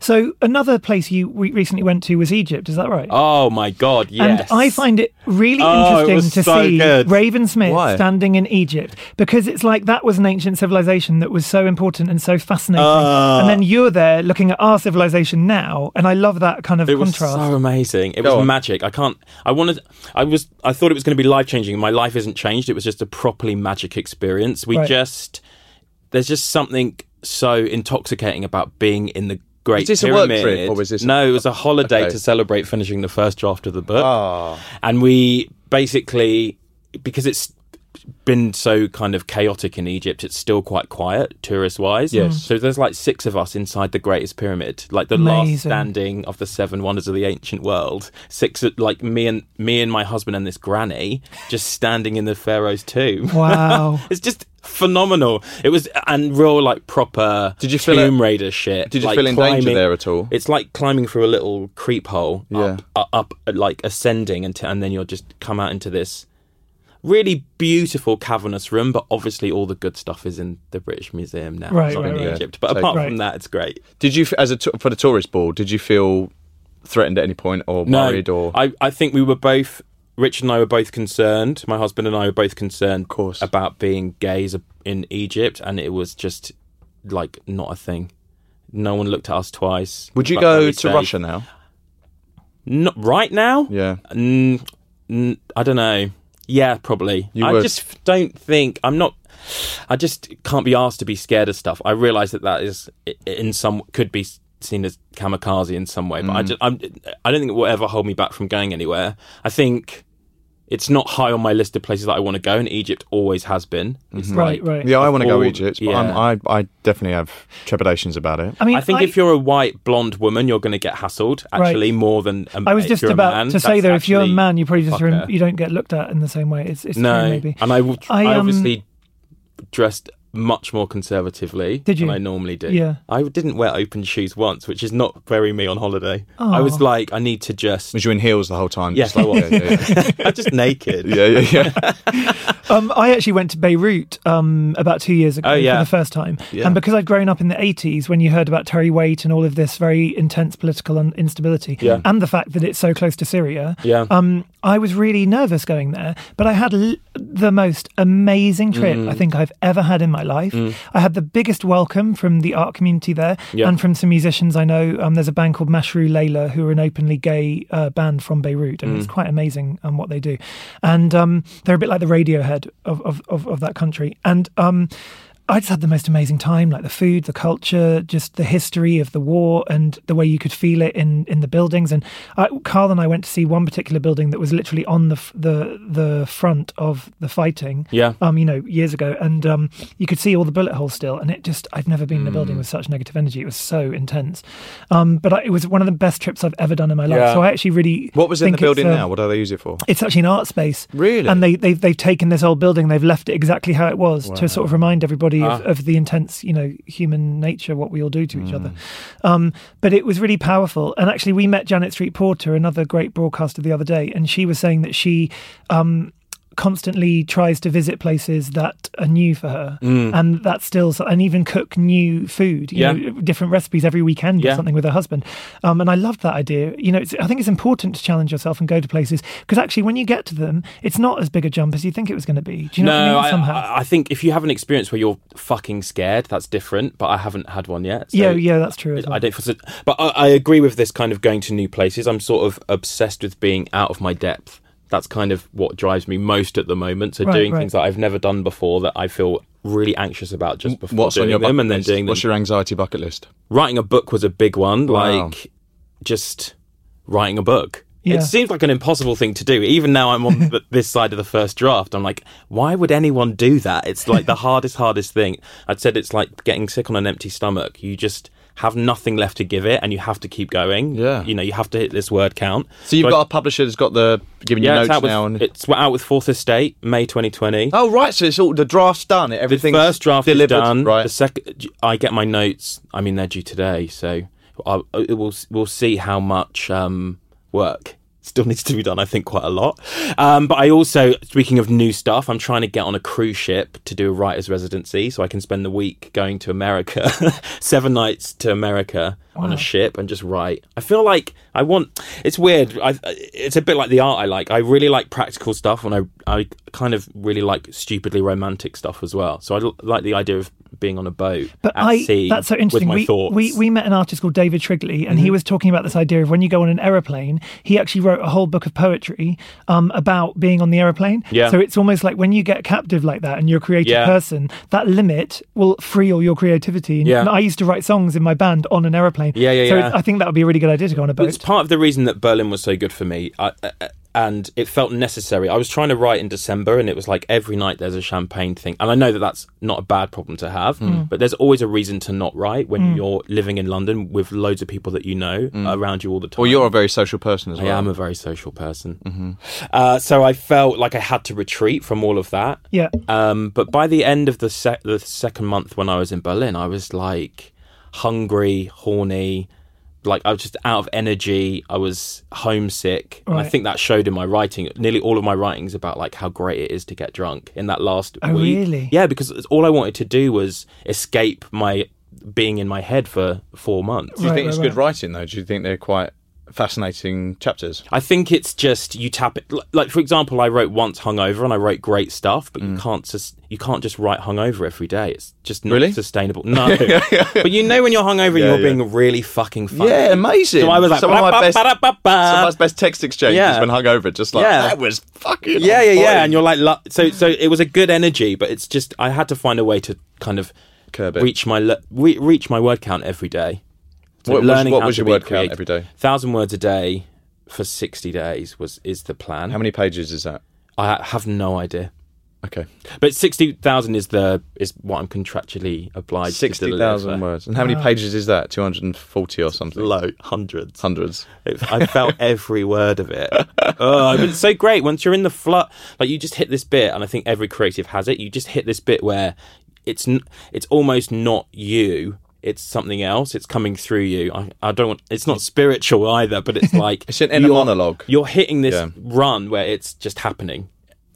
Speaker 2: So another place you we recently went to was Egypt. Is that right?
Speaker 3: Oh my god, yes.
Speaker 2: And I find it really
Speaker 3: Oh, it
Speaker 2: interesting
Speaker 3: was
Speaker 2: to
Speaker 3: so
Speaker 2: see
Speaker 3: good.
Speaker 2: Raven Smith
Speaker 1: Why?
Speaker 2: standing in Egypt because it's like that was an ancient civilization that was so important and so fascinating. and
Speaker 3: Ah.
Speaker 2: then you're there looking at our civilization now, and I love that kind of
Speaker 3: it was
Speaker 2: contrast.
Speaker 3: so amazing. It
Speaker 1: Go
Speaker 3: was
Speaker 1: on.
Speaker 3: magic. I can't. I wanted. I was. I thought it was going to be life changing. My life isn't changed. It was just a properly magic experience. We
Speaker 2: Right.
Speaker 3: just. There's just something so intoxicating about being in the Great
Speaker 1: Was this a work
Speaker 3: Pyramid.
Speaker 1: trip, or was this a-
Speaker 3: no, it was a holiday
Speaker 1: Okay.
Speaker 3: to celebrate finishing the first draft of the book,
Speaker 1: Ah.
Speaker 3: and we basically because it's been so kind of chaotic in Egypt, it's still quite quiet tourist wise. Yes. So there's like six of us inside the Greatest Pyramid, like the last
Speaker 2: Amazing.
Speaker 3: standing of the seven wonders of the ancient world. Six, of- like me and me and my husband and this granny, just standing in the pharaoh's tomb.
Speaker 2: Wow.
Speaker 3: it's just phenomenal. It was and real like proper.
Speaker 1: Did you feel it-
Speaker 3: tomb raider shit?
Speaker 1: Did you
Speaker 3: like
Speaker 1: feel in danger
Speaker 3: climbing-
Speaker 1: there at all?
Speaker 3: It's like climbing through a little creep hole.
Speaker 1: Yeah.
Speaker 3: Up, uh, up uh, like ascending, and, and then you'll just come out into this really beautiful cavernous room, but obviously all the good stuff is in the British Museum now,
Speaker 2: Right,
Speaker 3: not
Speaker 2: right,
Speaker 3: in
Speaker 2: right.
Speaker 3: Egypt. But
Speaker 1: Take-
Speaker 3: apart
Speaker 2: Right.
Speaker 3: from that, it's great.
Speaker 1: Did you, f- as a t- for the tourist board, did you feel threatened at any point or worried or?
Speaker 3: I, I think we were both Richard and I were both concerned. My husband and I were both concerned, of
Speaker 1: course.
Speaker 3: about being gays in Egypt, and it was just like not a thing. No one looked at us twice.
Speaker 1: Would you
Speaker 3: Like,
Speaker 1: go
Speaker 3: very
Speaker 1: to
Speaker 3: safe.
Speaker 1: Russia now?
Speaker 3: Not right now.
Speaker 1: Yeah.
Speaker 3: Mm, mm, I don't know. Yeah, probably.
Speaker 1: You
Speaker 3: I
Speaker 1: would.
Speaker 3: just don't think I'm not. I just can't be asked to be scared of stuff. I realise that that is i- in some could be seen as kamikaze in some way, but I just I'm, I don't think it will ever hold me back from going anywhere. I think it's not high on my list of places that I want to go, and Egypt always has been. It's
Speaker 2: Right,
Speaker 3: like-
Speaker 2: right.
Speaker 1: Yeah, I want to go
Speaker 3: all-
Speaker 1: Egypt, but I'm, I, I definitely have trepidations about it.
Speaker 2: I mean,
Speaker 3: I think if you're a white blonde woman, you're going to get hassled actually
Speaker 2: Right.
Speaker 3: more than. a-
Speaker 2: I was
Speaker 3: if
Speaker 2: just
Speaker 3: you're a
Speaker 2: about
Speaker 3: man.
Speaker 2: to say
Speaker 3: That's
Speaker 2: though, if you're a
Speaker 3: actually
Speaker 2: man, you probably just rem-
Speaker 3: fucker.
Speaker 2: you don't get looked at in the same way. It's it's
Speaker 3: No,
Speaker 2: true, maybe.
Speaker 3: and I, w-
Speaker 2: I,
Speaker 3: I,
Speaker 2: um,
Speaker 3: obviously dressed much more conservatively
Speaker 2: Did you?
Speaker 3: than I normally do.
Speaker 2: Yeah.
Speaker 3: I didn't wear open shoes once, which is not very me on holiday. I
Speaker 2: Aw.
Speaker 3: was like, I need to just,
Speaker 1: Was you in heels the whole time?
Speaker 3: Yes,
Speaker 1: Just like-
Speaker 3: I was.
Speaker 1: Yeah,
Speaker 3: I'm just naked.
Speaker 1: yeah, yeah. yeah, yeah.
Speaker 2: Um, I actually went to Beirut um, about two years ago
Speaker 3: Oh, yeah.
Speaker 2: for the first time.
Speaker 1: Yeah.
Speaker 2: And because I'd grown up in the 80s, when you heard about Terry Wait and all of this very intense political un- instability,
Speaker 3: Yeah.
Speaker 2: and the fact that it's so close to Syria,
Speaker 3: Yeah.
Speaker 2: um, I was really nervous going there. But I had l- the most amazing trip
Speaker 3: Mm.
Speaker 2: I think I've ever had in my life. I had the biggest welcome from the art community there
Speaker 3: Yeah.
Speaker 2: and from some musicians I know. Um, there's a band called Mashru Layla, who are an openly gay uh, band from Beirut, and it's quite amazing um, what they do. And um, they're a bit like the Radiohead of, of, of, of that country. And um, I just had the most amazing time, like the food, the culture, just the history of the war, and the way you could feel it in, in the buildings. And I, Carl and I went to see one particular building that was literally on the f- the the front of the fighting.
Speaker 3: Yeah.
Speaker 2: Um, you know, years ago, and um, you could see all the bullet holes still. And it just, I've never been in a
Speaker 1: Mm.
Speaker 2: building with such negative energy. It was so intense. Um, but I, it was one of the best trips I've ever done in my life.
Speaker 3: Yeah.
Speaker 2: So I actually really
Speaker 1: What was in the
Speaker 2: think it's,
Speaker 1: building
Speaker 2: um,
Speaker 1: now? What do they use it for?
Speaker 2: it's actually an art space.
Speaker 1: Really?
Speaker 2: And they, they've, they've taken this old building, they've left it exactly how it was to sort of remind everybody of, of the intense, you know, human nature, what we all do to each other. Um, but it was really powerful. And actually, we met Janet Street Porter, another great broadcaster, the other day, and she was saying that she. Um, constantly tries to visit places that are new for her and that's still so- and even cook new food you
Speaker 3: Yeah.
Speaker 2: know different recipes every weekend or
Speaker 3: Yeah.
Speaker 2: something with her husband. Um, and I loved that idea. You know, it's, I think it's important to challenge yourself and go to places because actually, when you get to them, it's not as big a jump as you think it was going to be. Do you know
Speaker 3: no,
Speaker 2: what I mean?
Speaker 3: I,
Speaker 2: Somehow.
Speaker 3: I, I think if you have an experience where you're fucking scared, that's different. But I haven't had one yet. so-
Speaker 2: yeah, yeah, that's true. As well.
Speaker 3: I don't, feel so- but I, I agree with this kind of going to new places. I'm sort of obsessed with being out of my depth. That's kind of what drives me most at the moment. So
Speaker 2: Right,
Speaker 3: doing
Speaker 2: right.
Speaker 3: things that I've never done before that I feel really anxious about just before
Speaker 1: What's
Speaker 3: doing
Speaker 1: on your bucket
Speaker 3: them, and then
Speaker 1: list?
Speaker 3: doing them.
Speaker 1: What's your anxiety bucket list?
Speaker 3: writing a book was a big one.
Speaker 1: Wow.
Speaker 3: Like just writing a book.
Speaker 2: Yeah.
Speaker 3: It seems like an impossible thing to do. Even now, I'm on the, this side of the first draft. I'm like, why would anyone do that? It's like the hardest, hardest thing. I'd said it's like getting sick on an empty stomach. You just have nothing left to give it, and you have to keep going.
Speaker 1: Yeah.
Speaker 3: you know, you have to hit this word count.
Speaker 1: So you've
Speaker 3: I-
Speaker 1: got a publisher that's got the giving you
Speaker 3: yeah,
Speaker 1: notes
Speaker 3: it's out with,
Speaker 1: now. And,
Speaker 3: it's out with Fourth Estate, May 2020.
Speaker 1: oh right, so it's all the draft's done.
Speaker 3: The
Speaker 1: Everything's
Speaker 3: first draft
Speaker 1: delivered,
Speaker 3: is done.
Speaker 1: Right.
Speaker 3: The second, I get my notes. I mean, they're due today, so I'll, it will, we'll see how much um, work still needs to be done. I think quite a lot. Um, but I also, speaking of new stuff, I'm trying to get on a cruise ship to do a writer's residency, so I can spend the week going to America, seven nights to America on a ship and just write. I feel like I want. It's weird. I, it's a bit like the art I like. I really like practical stuff, and I I kind of really like stupidly romantic stuff as well. So I l- like the idea of being on a boat
Speaker 2: But
Speaker 3: at
Speaker 2: I,
Speaker 3: sea
Speaker 2: that's so interesting.
Speaker 3: with my
Speaker 2: we,
Speaker 3: thoughts. Mm-hmm.
Speaker 2: we we met an artist called David Trigley, and he was talking about this idea of when you go on an aeroplane. He actually wrote a whole book of poetry um, about being on the aeroplane.
Speaker 3: Yeah.
Speaker 2: So it's almost like when you get captive like that, and you're a creative
Speaker 3: Yeah.
Speaker 2: person, that limit will free all your creativity. And,
Speaker 3: Yeah.
Speaker 2: and I used to write songs in my band on an aeroplane.
Speaker 3: Yeah, yeah,
Speaker 2: So
Speaker 3: yeah.
Speaker 2: I think that would be a really good idea to go on a
Speaker 3: But it's
Speaker 2: boat.
Speaker 3: part of the reason that Berlin was so good for me. I, uh, uh, and it felt necessary. I was trying to write in December, and it was like every night there's a champagne thing. And I know that that's not a bad problem to have,
Speaker 2: Mm.
Speaker 3: but there's always a reason to not write when you're living in London with loads of people that you know around you all the time.
Speaker 1: Mm. Well, you're a very social person as well.
Speaker 3: I am a very social person. Oh, Uh, so I felt like I had to retreat from all of that.
Speaker 2: Yeah.
Speaker 3: Um, but by the end of the sec- the second month when I was in Berlin, I was like hungry, horny, like I was just out of energy. I was homesick, and I
Speaker 2: Right.
Speaker 3: think that showed in my writing. Nearly all of my writings about like how great it is to get drunk in that last
Speaker 2: Oh,
Speaker 3: week.
Speaker 2: really?
Speaker 3: Yeah, because it's- all I wanted to do was escape my being in my head for four months.
Speaker 1: Do you
Speaker 2: Right,
Speaker 1: think
Speaker 2: right,
Speaker 1: it's
Speaker 2: right.
Speaker 1: good writing though? Do you think they're quite fascinating chapters?
Speaker 3: I think it's just you tap it. li- Like for example, I wrote once hungover, and I wrote great stuff, but
Speaker 1: Mm.
Speaker 3: you can't just you can't just write hungover every day. It's just not
Speaker 1: Really?
Speaker 3: sustainable. No, but you know when you're hungover,
Speaker 1: Yeah,
Speaker 3: you're
Speaker 1: yeah.
Speaker 3: being really fucking funny.
Speaker 1: Yeah, amazing.
Speaker 3: So I was like,
Speaker 1: some of my best, some of my
Speaker 3: best.
Speaker 1: best text exchanges
Speaker 3: Yeah.
Speaker 1: when hungover, just like
Speaker 3: Yeah.
Speaker 1: that was fucking.
Speaker 3: Yeah,
Speaker 1: on
Speaker 3: yeah,
Speaker 1: point."
Speaker 3: yeah. And you're like, lo- so so it was a good energy, but it's just I had to find a way to kind of
Speaker 1: Curb it.
Speaker 3: reach my le- re- reach my word count every day. So
Speaker 1: What was-
Speaker 3: learning
Speaker 1: what
Speaker 3: how
Speaker 1: was
Speaker 3: to
Speaker 1: your
Speaker 3: be
Speaker 1: word count
Speaker 3: creative.
Speaker 1: every day?
Speaker 3: Thousand words a day for sixty days was is the plan.
Speaker 1: How many pages is that?
Speaker 3: I have no idea.
Speaker 1: Okay,
Speaker 3: But sixty thousand is the is what I'm contractually obliged to
Speaker 1: sixty
Speaker 3: deliver.
Speaker 1: thousand words. And how many pages is that? Two hundred and forty or something.
Speaker 3: Low hundreds.
Speaker 1: Hundreds.
Speaker 3: It- I felt every word of it. Oh, but it's so great once you're in the flood. Like you just hit this bit, and I think every creative has it. You just hit this bit where it's n- it's almost not you. It's something else. It's coming through you. I, I don't want. It's not spiritual either, but it's like
Speaker 1: It's an inner
Speaker 3: you're-
Speaker 1: monologue.
Speaker 3: You're hitting this
Speaker 1: Yeah.
Speaker 3: run where it's just happening.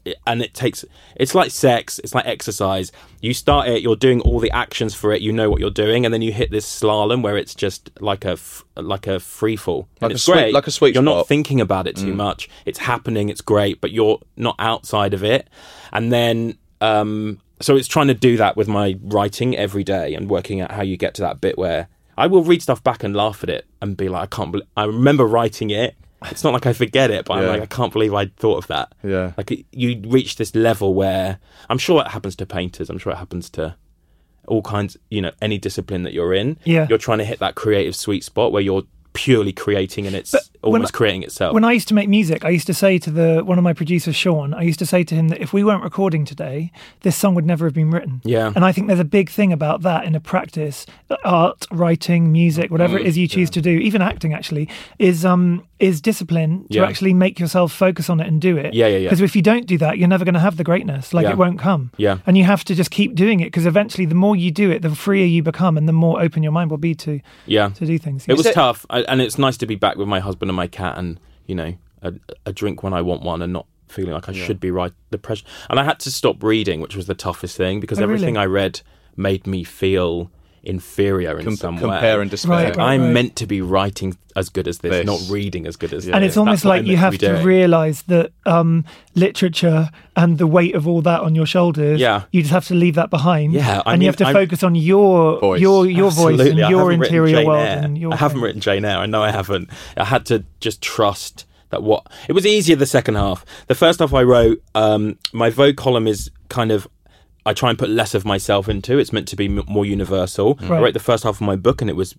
Speaker 3: It- And it takes, it's like sex, it's like exercise. You start it, you're doing all the actions for it, you know what you're doing, and then you hit this slalom where it's just like a f- like a free fall. And
Speaker 1: Like a
Speaker 3: it's
Speaker 1: sweet-
Speaker 3: great.
Speaker 1: like a sweet
Speaker 3: You're
Speaker 1: spot.
Speaker 3: not thinking about it
Speaker 1: Mm.
Speaker 3: too much. It's happening, it's great, but you're not outside of it. And then, um, so it's trying to do that with my writing every day and working out how you get to that bit where I will read stuff back and laugh at it and be like, I can't believe, I remember writing it. It's not like I forget it, but I'm
Speaker 1: Yeah.
Speaker 3: like, I can't believe I thought of that.
Speaker 1: Yeah.
Speaker 3: Like you reach this level where I'm sure it happens to painters. I'm sure it happens to all kinds, you know, any discipline that you're in.
Speaker 2: Yeah.
Speaker 3: You're trying to hit that creative sweet spot where you're purely creating and it's
Speaker 2: when
Speaker 3: almost
Speaker 2: I-
Speaker 3: creating itself.
Speaker 2: When I used to make music, I used to say to the one of my producers, Sean, I used to say to him that if we weren't recording today, this song would never have been written.
Speaker 3: Yeah.
Speaker 2: And I think there's a big thing about that in a practice, art, writing, music, whatever
Speaker 3: Mm,
Speaker 2: it is you choose to do, even acting actually, is um is discipline to
Speaker 3: Yeah.
Speaker 2: actually make yourself focus on it and do it.
Speaker 3: Yeah, yeah, yeah.
Speaker 2: Because if you don't do that, you're never going to have the greatness. Like
Speaker 3: Yeah.
Speaker 2: it won't come.
Speaker 3: Yeah.
Speaker 2: And you have to just keep doing it because eventually, the more you do it, the freer you become, and the more open your mind will be to
Speaker 3: yeah.
Speaker 2: to do things.
Speaker 3: It was
Speaker 2: Yeah.
Speaker 3: tough, I, and it's nice to be back with my husband and my cat, and you know, a, a drink when I want one, and not feeling like I should be right. The pressure, and I had to stop reading, which was the toughest thing because
Speaker 2: Oh, really?
Speaker 3: everything I read made me feel inferior in
Speaker 1: Com-
Speaker 3: some way.
Speaker 1: compare and despair.
Speaker 2: Right, right.
Speaker 3: I'm meant to be writing as good as this,
Speaker 1: This.
Speaker 3: not reading as good as this.
Speaker 2: and it's almost
Speaker 3: That's what
Speaker 2: like
Speaker 3: I'm
Speaker 2: you have
Speaker 3: meant
Speaker 2: to
Speaker 3: be doing.
Speaker 2: realize that um, literature and the weight of all that on your shoulders.
Speaker 3: Yeah.
Speaker 2: you just have to leave that behind.
Speaker 3: Yeah, I
Speaker 2: and
Speaker 3: mean,
Speaker 2: you have to
Speaker 3: I'm-
Speaker 2: focus on your
Speaker 1: Voice.
Speaker 2: your your voice and
Speaker 3: Absolutely. I
Speaker 2: your
Speaker 3: haven't written
Speaker 2: interior
Speaker 3: Jane
Speaker 2: world.
Speaker 3: Eyre.
Speaker 2: And your
Speaker 3: I haven't
Speaker 2: thing.
Speaker 3: written Jane Eyre. I know I haven't. I had to just trust that what it was easier the second half. The first half I wrote, um, my Vogue column is kind of. I try and put less of myself into. It's meant to be m- more universal.
Speaker 2: Right.
Speaker 3: I wrote the first half of my book, and it was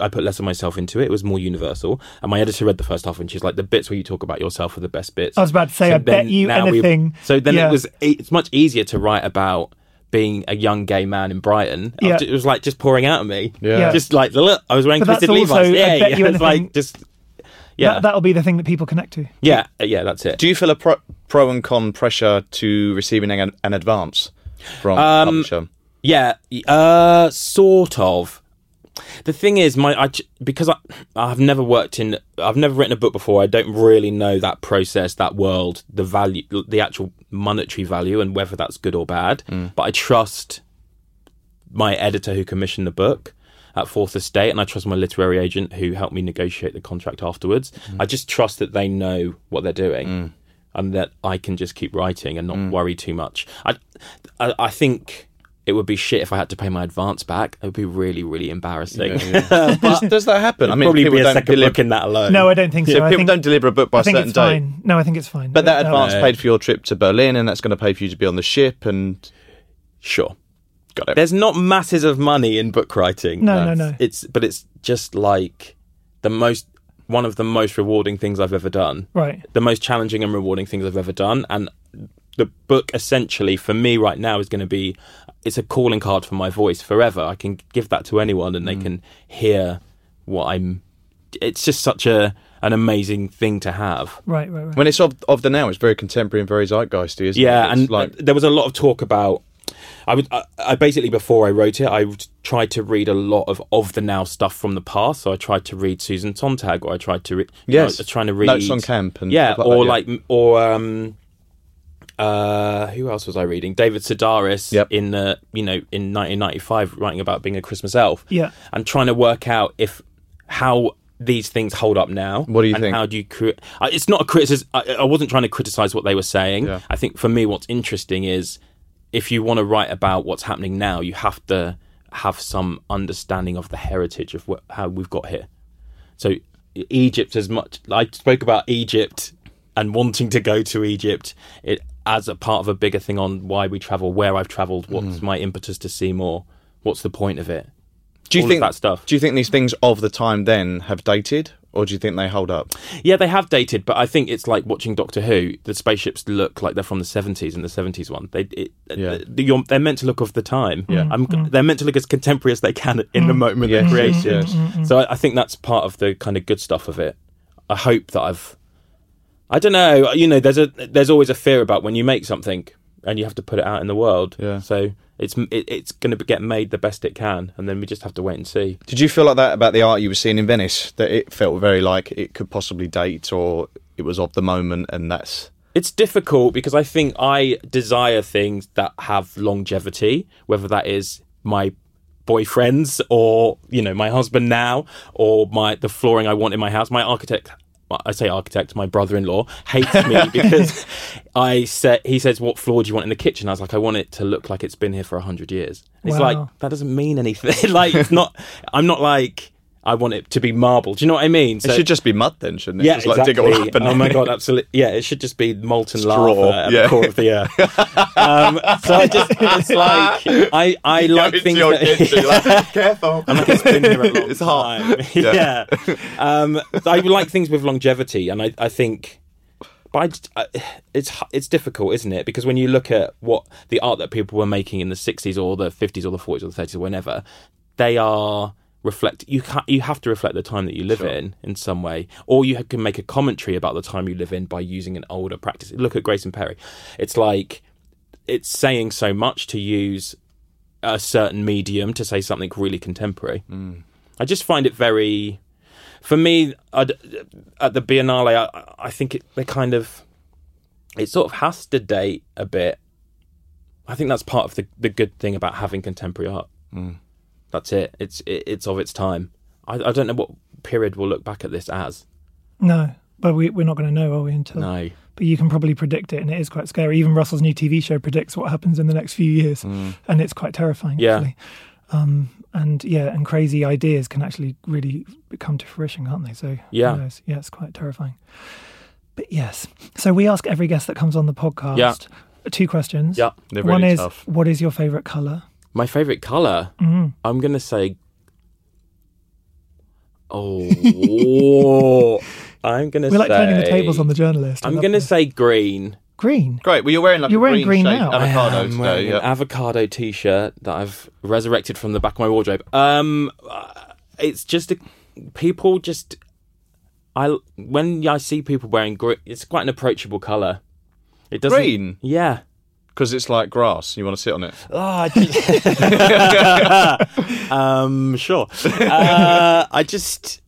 Speaker 3: I put less of myself into it. It was more universal. And my editor read the first half, and she's like, "The bits where you talk about yourself are the best bits."
Speaker 2: I was about to say, I bet
Speaker 3: then
Speaker 2: you
Speaker 3: now we've-
Speaker 2: anything.
Speaker 3: So then
Speaker 2: Yeah.
Speaker 3: it was e- it's much easier to write about being a young gay man in Brighton.
Speaker 2: Yeah.
Speaker 3: It was like just pouring out of me.
Speaker 1: Yeah. Yeah.
Speaker 3: Just like look, I was wearing
Speaker 2: But that's
Speaker 3: twisted
Speaker 2: also,
Speaker 3: Levi's.
Speaker 2: I
Speaker 3: Yeah,
Speaker 2: bet
Speaker 3: yeah.
Speaker 2: you
Speaker 3: It's
Speaker 2: anything-
Speaker 3: like just yeah,
Speaker 2: That, that'll be the thing that people connect to.
Speaker 3: yeah, uh, yeah. That's it.
Speaker 1: Do you feel a pro, pro and con pressure to receiving an, an advance from
Speaker 3: Um,
Speaker 1: a publisher?
Speaker 3: Yeah, y- uh, sort of. The thing is, my I, ch- because I I've never worked in I've never written a book before. I don't really know that process, that world, the value, the actual monetary value, and whether that's good or bad. But I trust my editor who commissioned the book at Fourth Estate, and I trust my literary agent who helped me negotiate the contract afterwards. I just trust that they know what they're doing. And that I can just keep writing and not worry too much. I, I, I think it would be shit if I had to pay my advance back. It would be really, really embarrassing.
Speaker 1: does, does that happen? I mean,
Speaker 3: Probably
Speaker 1: people
Speaker 3: be a
Speaker 1: don't
Speaker 3: second
Speaker 1: deliver-
Speaker 3: book in that alone.
Speaker 2: No, I don't think so.
Speaker 1: Yeah,
Speaker 2: I
Speaker 1: people
Speaker 2: think,
Speaker 1: don't deliver a book by
Speaker 2: I
Speaker 1: a
Speaker 2: think
Speaker 1: certain
Speaker 2: it's
Speaker 1: date.
Speaker 2: fine. No, I think it's fine.
Speaker 1: But that
Speaker 2: No.
Speaker 1: advance
Speaker 3: No.
Speaker 1: paid for your trip to Berlin, and that's going to pay for you to be on the ship. And
Speaker 3: Sure.
Speaker 1: got it.
Speaker 3: There's not masses of money in book writing.
Speaker 2: No, no, no.
Speaker 3: It's but it's just like the most one of the most rewarding things I've ever done.
Speaker 2: Right.
Speaker 3: The most challenging and rewarding things I've ever done and the book essentially for me right now is going to be it's a calling card for my voice forever. I can give that to anyone and they can hear what I'm it's just such a an amazing thing to have.
Speaker 2: Right, right, right.
Speaker 1: when it's of, of the now, it's very contemporary and very zeitgeisty, isn't it?
Speaker 3: yeah,
Speaker 1: It's
Speaker 3: and uh,
Speaker 1: like
Speaker 3: there was a lot of talk about. I would. I, I basically before I wrote it, I would- tried to read a lot of of the now stuff from the past. So I tried to read Susan Sontag, or I tried to read.
Speaker 1: Yes.
Speaker 3: trying to read
Speaker 1: Notes on Camp and
Speaker 3: yeah,
Speaker 1: stuff like
Speaker 3: or
Speaker 1: that, yeah.
Speaker 3: like m- or um, uh, who else was I reading? David Sedaris
Speaker 1: Yep.
Speaker 3: in the you know in 1995 writing about being a Christmas elf.
Speaker 2: Yeah.
Speaker 3: and trying to work out if how these things hold up now.
Speaker 1: What do you
Speaker 3: and
Speaker 1: think?
Speaker 3: How do you? Cri- I, it's not a criticism. I, I wasn't trying to criticize what they were saying.
Speaker 1: Yeah.
Speaker 3: I think for me, what's interesting is if you want to write about what's happening now, you have to have some understanding of the heritage of wh- how we've got here. So Egypt, as much I spoke about Egypt and wanting to go to Egypt, it as a part of a bigger thing on why we travel, where I've travelled, what's
Speaker 1: Mm.
Speaker 3: my impetus to see more, what's the point of it?
Speaker 1: do you
Speaker 3: all of
Speaker 1: think
Speaker 3: that stuff.
Speaker 1: Do you think these things of the time then have dated, or do you think they hold up?
Speaker 3: Yeah, they have dated, but I think it's like watching Doctor Who. The spaceships look like they're from the seventies, and the seventies one. They, it,
Speaker 1: Yeah.
Speaker 3: th- you're, they're meant to look of the time. Yeah, I'm, they're meant to look as contemporary as they can in the moment
Speaker 1: Yes,
Speaker 3: they're
Speaker 1: yes,
Speaker 3: created.
Speaker 1: yes.
Speaker 3: So I, I think that's part of the kind of good stuff of it. I hope that I've. I don't know. You know, there's a there's always a fear about when you make something and you have to put it out in the world.
Speaker 1: Yeah.
Speaker 3: So it's it, it's going to get made the best it can, and then we just have to wait and see.
Speaker 1: Did you feel like that about the art you were seeing in Venice? That it felt very like it could possibly date, or it was of the moment, and that's
Speaker 3: It's difficult because I think I desire things that have longevity, whether that is my boyfriends or you know my husband now or my the flooring I want in my house. My architect, I say architect, my brother-in-law hates me because I said he says what floor do you want in the kitchen? I was like I want it to look like it's been here for hundred years. It's
Speaker 2: Wow.
Speaker 3: like that doesn't mean anything. like it's not. I'm not like. I want it to be marble. Do you know what I mean?
Speaker 1: It should just be mud then, shouldn't it?
Speaker 3: yeah,
Speaker 1: just like dig it all up
Speaker 3: exactly.
Speaker 1: and
Speaker 3: oh my god, absolutely. Yeah, it should just be molten
Speaker 1: Straw,
Speaker 3: lava at
Speaker 1: yeah.
Speaker 3: the core of the earth. um, so I just, it's like I, I
Speaker 1: Go
Speaker 3: like
Speaker 1: into
Speaker 3: things
Speaker 1: your
Speaker 3: that,
Speaker 1: kitchen, like, careful.
Speaker 3: I'm like, it's been here a long
Speaker 1: It's hot.
Speaker 3: time. yeah. Um, so I like things with longevity, and I, I think. But I just- I, it's h- it's difficult, isn't it? Because when you look at what the art that people were making in the sixties or the fifties or the forties or the thirties or whenever, they are reflect. You can you have to reflect the time that you live in in some way, or you can make a commentary about the time you live in by using an older practice. Look at Grace and Perry. It's like it's saying so much to use a certain medium to say something really contemporary. I just find it very. For me, I'd, at the Biennale, I, I think it, they kind of it sort of has to date a bit. I think that's part of the, the good thing about having contemporary art. That's it. It's it, it's of its time. I, I don't know what period we'll look back at this as.
Speaker 2: No, but we, we're not going to know, are we? Until
Speaker 3: No.
Speaker 2: But you can probably predict it, and it is quite scary. Even Russell's new TV show predicts what happens in the next few years,
Speaker 1: Hmm.
Speaker 2: and it's quite terrifying.
Speaker 3: Yeah.
Speaker 2: Actually. Um, and yeah, and crazy ideas can actually really come to fruition, can't they? So who
Speaker 3: Yeah.
Speaker 2: knows? yeah, it's quite terrifying. But yes, so we ask every guest that comes on the podcast
Speaker 3: Yeah.
Speaker 2: two questions.
Speaker 3: Yeah,
Speaker 1: they're
Speaker 2: one
Speaker 1: really
Speaker 2: is
Speaker 1: tough.
Speaker 2: what is your favorite color?
Speaker 3: My favorite color.
Speaker 2: Mm.
Speaker 3: I'm gonna say. Oh, I'm gonna.
Speaker 2: We like
Speaker 3: say,
Speaker 2: turning the tables on the journalist. I
Speaker 3: I'm
Speaker 2: love
Speaker 3: gonna
Speaker 2: this.
Speaker 3: say green.
Speaker 2: green.
Speaker 1: Great. Well, you're wearing like
Speaker 2: You're
Speaker 1: a
Speaker 2: wearing green
Speaker 1: shade
Speaker 2: now. I
Speaker 1: avocado
Speaker 3: I'm
Speaker 1: today.
Speaker 3: wearing
Speaker 1: Yeah.
Speaker 3: an avocado t-shirt that I've resurrected from the back of my wardrobe. Um, uh, it's just a, people just I when I see people wearing green, it's quite an approachable color. It doesn't
Speaker 1: Green?
Speaker 3: yeah.
Speaker 1: Because it's like grass. You want to sit on it.
Speaker 3: Oh,
Speaker 2: Ah,
Speaker 3: I just- um, sure. Uh, I just.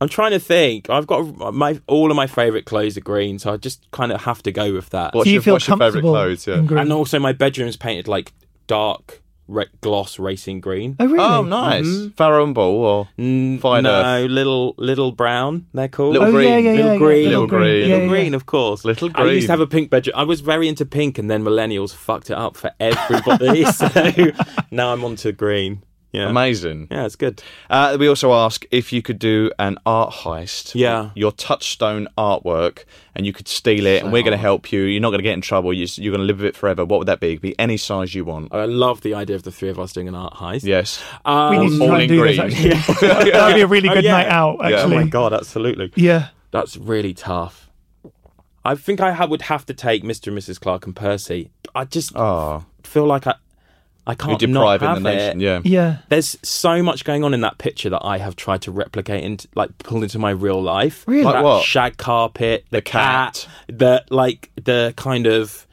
Speaker 3: I'm trying to think. I've got my all of my favorite clothes are green, so I just kind of have to go with that.
Speaker 1: What's
Speaker 2: Do you
Speaker 1: your,
Speaker 2: feel
Speaker 1: what's your favourite
Speaker 2: comfortable
Speaker 1: clothes? Yeah.
Speaker 2: in green?
Speaker 3: And also, my bedroom's painted like dark ra- gloss racing green.
Speaker 2: oh really?
Speaker 1: Oh, nice. Farrow and Ball or
Speaker 3: N-
Speaker 1: Fine
Speaker 3: no,
Speaker 1: Earth.
Speaker 3: little little brown. They're called
Speaker 1: Little
Speaker 2: Oh,
Speaker 1: green.
Speaker 2: yeah, yeah, yeah,
Speaker 3: Little
Speaker 2: yeah,
Speaker 3: green.
Speaker 1: Little green.
Speaker 2: Yeah,
Speaker 3: Little
Speaker 2: yeah,
Speaker 3: green,
Speaker 2: yeah.
Speaker 3: of course.
Speaker 1: Little
Speaker 3: I used
Speaker 1: green.
Speaker 3: to have a pink bedroom. I was very into pink, and then millennials fucked it up for everybody. so now I'm onto green. Yeah,
Speaker 1: Amazing.
Speaker 3: yeah, it's good.
Speaker 1: Uh, we also ask if you could do an art heist.
Speaker 3: Yeah.
Speaker 1: Your touchstone artwork, and you could steal it, and we're going to help you. You're not going to get in trouble. You, you're going to live with it forever. What would that be? It'd be any size you want.
Speaker 3: I love the idea of the three of us doing an art heist.
Speaker 1: Yes.
Speaker 3: Um,
Speaker 2: We need to
Speaker 1: all
Speaker 2: try
Speaker 1: in
Speaker 2: and do this.
Speaker 1: green.
Speaker 2: Actually, that would be a really
Speaker 3: Oh,
Speaker 2: good
Speaker 3: yeah.
Speaker 2: night out.
Speaker 1: Yeah.
Speaker 3: oh
Speaker 2: Actually,
Speaker 3: my god, absolutely.
Speaker 2: yeah.
Speaker 3: That's really tough. I think I ha- would have to take Mr. and Mrs. Clark and Percy. I just
Speaker 1: Oh,
Speaker 3: feel like I, I can't
Speaker 1: you're
Speaker 3: not
Speaker 1: depriving
Speaker 3: have
Speaker 1: the nation.
Speaker 3: it.
Speaker 1: Yeah.
Speaker 2: Yeah.
Speaker 3: There's so much going on in that picture that I have tried to replicate and like pull into my real life.
Speaker 2: Really?
Speaker 1: Like
Speaker 3: That
Speaker 1: what?
Speaker 3: Shag carpet, the,
Speaker 1: The cat.
Speaker 3: cat, the like the kind of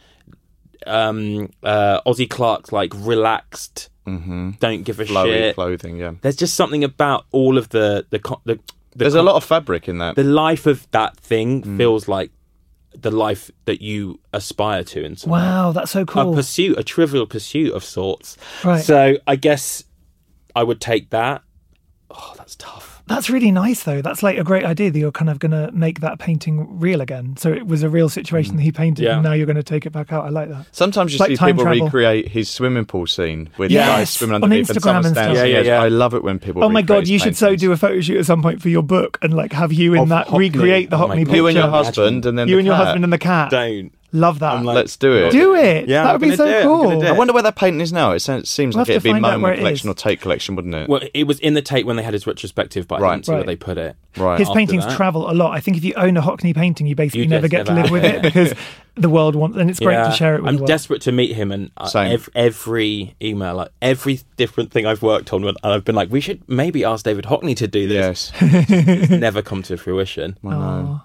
Speaker 3: um uh Aussie Clark's like relaxed, don't give a
Speaker 1: Mm-hmm. Flowy
Speaker 3: shit.
Speaker 1: clothing. Yeah.
Speaker 3: There's just something about all of the the co- the, the
Speaker 1: There's Mm. a lot of fabric in that.
Speaker 3: the life of that thing feels like the life that you aspire to in some
Speaker 2: Wow, that's so cool.
Speaker 3: a pursuit, a trivial pursuit of sorts.
Speaker 2: Right.
Speaker 3: So I guess I would take that. Oh, that's tough.
Speaker 2: That's really nice, though. That's like a great idea that you're kind of going to make that painting real again. So it was a real situation that he painted,
Speaker 3: Mm. Yeah.
Speaker 2: and now you're going to take it back out. I like that.
Speaker 1: Sometimes you
Speaker 2: It's like
Speaker 1: see
Speaker 2: time
Speaker 1: people
Speaker 2: travel.
Speaker 1: recreate his swimming pool scene with the
Speaker 2: Yes,
Speaker 1: guys swimming
Speaker 2: on
Speaker 1: underneath
Speaker 2: Instagram
Speaker 1: someone
Speaker 2: and
Speaker 1: stands.
Speaker 2: stuff.
Speaker 3: Yeah, yeah, yeah.
Speaker 1: I love it when people.
Speaker 2: Oh my
Speaker 1: recreate
Speaker 2: god, you should
Speaker 1: paintings.
Speaker 2: so do a photo shoot at some point for your book and like have you in
Speaker 3: Of
Speaker 2: that
Speaker 3: Hockney.
Speaker 2: recreate the
Speaker 3: Oh my
Speaker 2: Hockney picture.
Speaker 3: God.
Speaker 2: Ah.
Speaker 1: You and your husband, and then
Speaker 2: You
Speaker 1: the
Speaker 2: and your
Speaker 1: cat.
Speaker 2: husband and the cat.
Speaker 3: Don't.
Speaker 2: Love that.
Speaker 3: like-
Speaker 1: Let's do it.
Speaker 2: do it.
Speaker 3: Yeah,
Speaker 2: that
Speaker 3: I'm
Speaker 2: would be
Speaker 3: gonna
Speaker 2: so
Speaker 3: do it. I'm gonna
Speaker 2: cool.
Speaker 3: do
Speaker 1: I
Speaker 3: it.
Speaker 1: wonder where that painting is now. It sounds- seems
Speaker 2: We'll
Speaker 1: like
Speaker 2: have
Speaker 1: it'd
Speaker 2: to
Speaker 1: be
Speaker 2: find out where
Speaker 1: Moment
Speaker 2: it
Speaker 1: Collection
Speaker 2: is.
Speaker 1: or Tate Collection, wouldn't it?
Speaker 3: Well, it was in the tape when they had his retrospective, but I
Speaker 1: Right.
Speaker 3: didn't see
Speaker 2: Right.
Speaker 3: where they put it.
Speaker 1: right.
Speaker 2: His
Speaker 3: after
Speaker 2: paintings
Speaker 3: that.
Speaker 2: travel a lot. I think if you own a Hockney painting, you basically
Speaker 3: You
Speaker 2: never
Speaker 3: just
Speaker 2: get to
Speaker 3: never
Speaker 2: live with
Speaker 3: have
Speaker 2: it
Speaker 3: it.
Speaker 2: because the world wants, and it's great to share it with
Speaker 3: I'm
Speaker 2: the world.
Speaker 3: desperate to meet him, and uh,
Speaker 1: Same.
Speaker 3: ev- every email, like every different thing I've worked on, and I've been like, we should maybe ask David Hockney to do this.
Speaker 1: yes.
Speaker 3: It's never come to fruition.
Speaker 1: I know.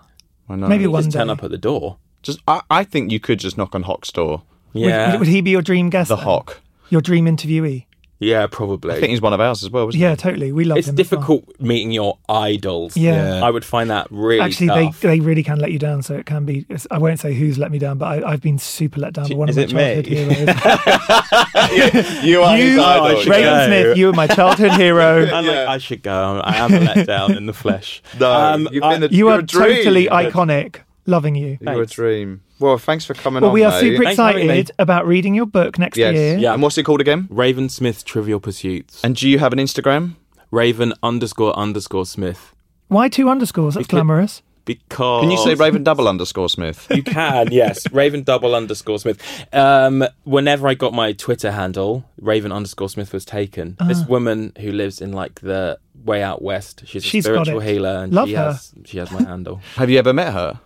Speaker 1: I know.
Speaker 2: Maybe
Speaker 3: He
Speaker 2: one
Speaker 3: just
Speaker 2: day.
Speaker 3: turn up at the door.
Speaker 1: Just, I, I think you could just knock on Hock's door.
Speaker 3: Yeah,
Speaker 2: would, would he be your dream guest?
Speaker 1: The
Speaker 2: then?
Speaker 1: Hock.
Speaker 2: Your dream interviewee.
Speaker 3: yeah, probably.
Speaker 1: I think he's one of ours as well, isn't
Speaker 2: Yeah, totally. We love
Speaker 3: it's
Speaker 2: him. as well.
Speaker 3: difficult meeting your idols.
Speaker 2: Yeah. Yeah.
Speaker 3: I would find that really
Speaker 2: Actually,
Speaker 3: tough.
Speaker 2: they, they really can let you down. So it can be. it's- I won't say who's let me down, but I, I've been super let down. by One
Speaker 3: Is
Speaker 2: of
Speaker 3: it
Speaker 2: my childhood
Speaker 3: me?
Speaker 2: heroes.
Speaker 1: he? You are his
Speaker 2: you,
Speaker 1: idol.
Speaker 3: should
Speaker 2: Raven
Speaker 3: go.
Speaker 2: Smith, you were my childhood hero.
Speaker 3: I'm like, I should go. I'm- I am let down in the flesh. Um,
Speaker 1: No, you've been the-
Speaker 2: You
Speaker 1: You're
Speaker 2: are
Speaker 1: a dream.
Speaker 2: totally iconic. Loving you.
Speaker 1: Your dream. Well, thanks for coming
Speaker 2: Well,
Speaker 1: on.
Speaker 2: we are
Speaker 1: mate.
Speaker 2: super
Speaker 3: Thanks for having me.
Speaker 2: excited about reading your book next
Speaker 1: Yes.
Speaker 2: year.
Speaker 3: Yeah.
Speaker 1: And what's it called again?
Speaker 3: Raven Smith Trivial Pursuits.
Speaker 1: And do you have an Instagram?
Speaker 3: Raven underscore underscore Smith.
Speaker 2: Why two underscores? That's
Speaker 3: Because-
Speaker 2: glamorous.
Speaker 3: Because
Speaker 1: Can you say Raven double underscore Smith?
Speaker 3: You can, yes. Raven double underscore Smith. Um, whenever I got my Twitter handle, Raven underscore Smith was taken.
Speaker 2: Uh-huh.
Speaker 3: This woman who lives in like the way out west, she's a
Speaker 2: She's got
Speaker 3: spiritual
Speaker 2: it.
Speaker 3: healer, and
Speaker 2: Love
Speaker 3: she
Speaker 2: her.
Speaker 3: has she has my handle.
Speaker 1: Have you ever met her?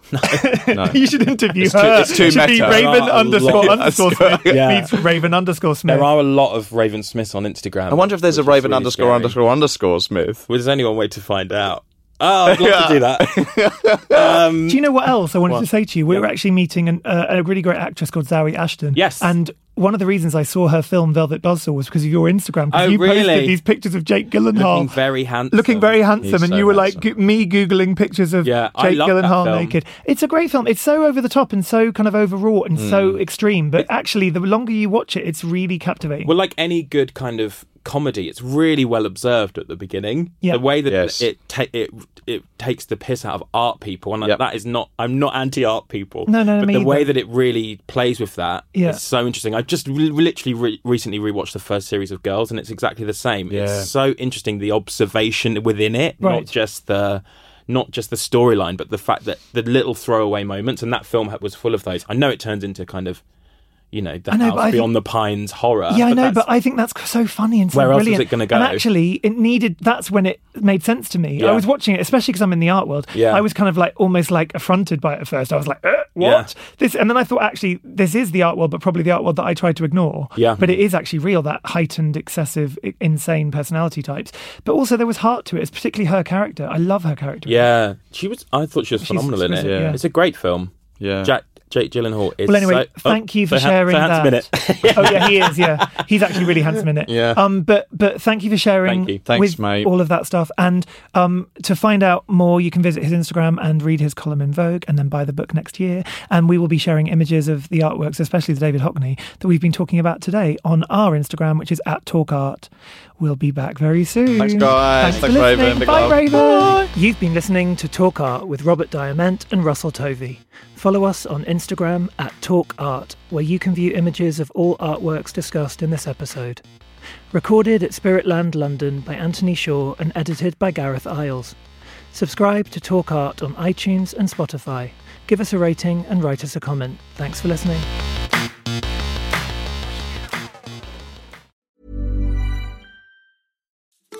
Speaker 1: No.
Speaker 2: You should interview
Speaker 1: It's too-
Speaker 2: her.
Speaker 1: it's too
Speaker 2: It should be
Speaker 1: meta.
Speaker 2: Raven
Speaker 3: There are a
Speaker 2: underscore
Speaker 3: lot.
Speaker 2: underscore Smith.
Speaker 3: Oh, Yeah.
Speaker 2: Meets Raven underscore Smith.
Speaker 3: There are a lot of Raven Smiths on Instagram.
Speaker 1: I wonder if there's a
Speaker 3: which is
Speaker 1: Raven
Speaker 3: really
Speaker 1: underscore
Speaker 3: scary.
Speaker 1: underscore underscore Smith.
Speaker 3: Well, there's only one way to find out. Oh, I'd love to do that.
Speaker 2: Do you know what else I wanted to say to you? We were actually meeting an, uh, a really great actress called Zoe Ashton.
Speaker 3: Yes.
Speaker 2: And one of the reasons I saw her film Velvet Buzzsaw was because of your Instagram. 'cause
Speaker 3: Oh,
Speaker 2: you
Speaker 3: really?
Speaker 2: posted these pictures of Jake Gyllenhaal.
Speaker 1: Oh.
Speaker 3: Looking very handsome.
Speaker 2: Looking very handsome,
Speaker 3: He's
Speaker 2: and
Speaker 3: so
Speaker 2: you were
Speaker 3: handsome.
Speaker 2: like me googling pictures of
Speaker 3: Yeah, I
Speaker 2: Jake
Speaker 3: love that
Speaker 2: Gyllenhaal
Speaker 3: film.
Speaker 2: naked. It's a great film. It's so over the top and so kind of overwrought and
Speaker 3: Hmm.
Speaker 2: so extreme. But actually, the longer you watch it, it's really captivating.
Speaker 3: Well, like any good kind of comedy, it's really well observed at the beginning.
Speaker 2: Yeah.
Speaker 3: The way that
Speaker 1: Yes.
Speaker 3: it ta- it it takes the piss out of art people, and
Speaker 1: Yep.
Speaker 3: that is not I'm not anti art people.
Speaker 2: No, no, no,
Speaker 3: But
Speaker 2: me
Speaker 3: the way
Speaker 2: either.
Speaker 3: that it really plays with that is
Speaker 2: Yeah.
Speaker 3: so interesting. I just re- literally re- recently rewatched the first series of Girls, and it's exactly the same.
Speaker 1: Yeah.
Speaker 3: It's so interesting the observation within it,
Speaker 2: Right.
Speaker 3: not just the. Not just the storyline, but the fact that the little throwaway moments, and that film ha- was full of those. I know it turns into kind of, you know, the
Speaker 2: I know, but I
Speaker 3: house
Speaker 2: think-
Speaker 3: beyond the pines horror.
Speaker 2: Yeah, I know,
Speaker 3: that's-
Speaker 2: but I think that's so funny and so
Speaker 3: Where else is
Speaker 2: brilliant.
Speaker 3: it gonna
Speaker 2: And
Speaker 3: go?
Speaker 2: actually, it needed. That's when it made sense to me.
Speaker 3: Yeah.
Speaker 2: I was watching it, especially because I'm in the art world.
Speaker 3: Yeah.
Speaker 2: I was kind of like almost like affronted by it at first. I was like, "Uh, what this? And then I thought, actually, this is the art world, but probably the art world that I tried to ignore.
Speaker 3: Yeah.
Speaker 2: but it is actually real. That heightened, excessive, i- insane personality types. But also, there was heart to it. It's particularly her character. I love her character.
Speaker 3: Yeah, she was. I thought she was phenomenal in it.
Speaker 2: exquisite, yeah.
Speaker 3: It's a great film.
Speaker 1: Yeah.
Speaker 3: Jack Jake Gyllenhaal is.
Speaker 2: Well, anyway,
Speaker 3: so- oh,
Speaker 2: thank you for
Speaker 3: so ha-
Speaker 2: sharing
Speaker 3: so handsome in
Speaker 2: that. oh yeah, he is. Yeah, he's actually really handsome in it.
Speaker 1: Yeah.
Speaker 2: Um, but but thank you for sharing.
Speaker 3: Thank you.
Speaker 1: Thanks,
Speaker 2: with
Speaker 1: mate.
Speaker 2: All of that stuff. And um, to find out more, you can visit his Instagram and read his column in Vogue, and then buy the book next year. And we will be sharing images of the artworks, especially the David Hockney that we've been talking about today, on our Instagram, which is at Talk Art. We'll be back very soon.
Speaker 1: Thanks, guys.
Speaker 2: Mm. Thanks,
Speaker 1: Thanks,
Speaker 2: for
Speaker 1: Raven.
Speaker 2: listening.
Speaker 1: Big
Speaker 2: Bye,
Speaker 1: love.
Speaker 2: Raven. You've been listening to Talk Art with Robert Diamant and Russell Tovey. Follow us on Instagram at Talk Art, where you can view images of all artworks discussed in this episode. Recorded at Spiritland London by Anthony Shaw and edited by Gareth Isles. Subscribe to Talk Art on iTunes and Spotify. Give us a rating and write us a comment. Thanks for listening.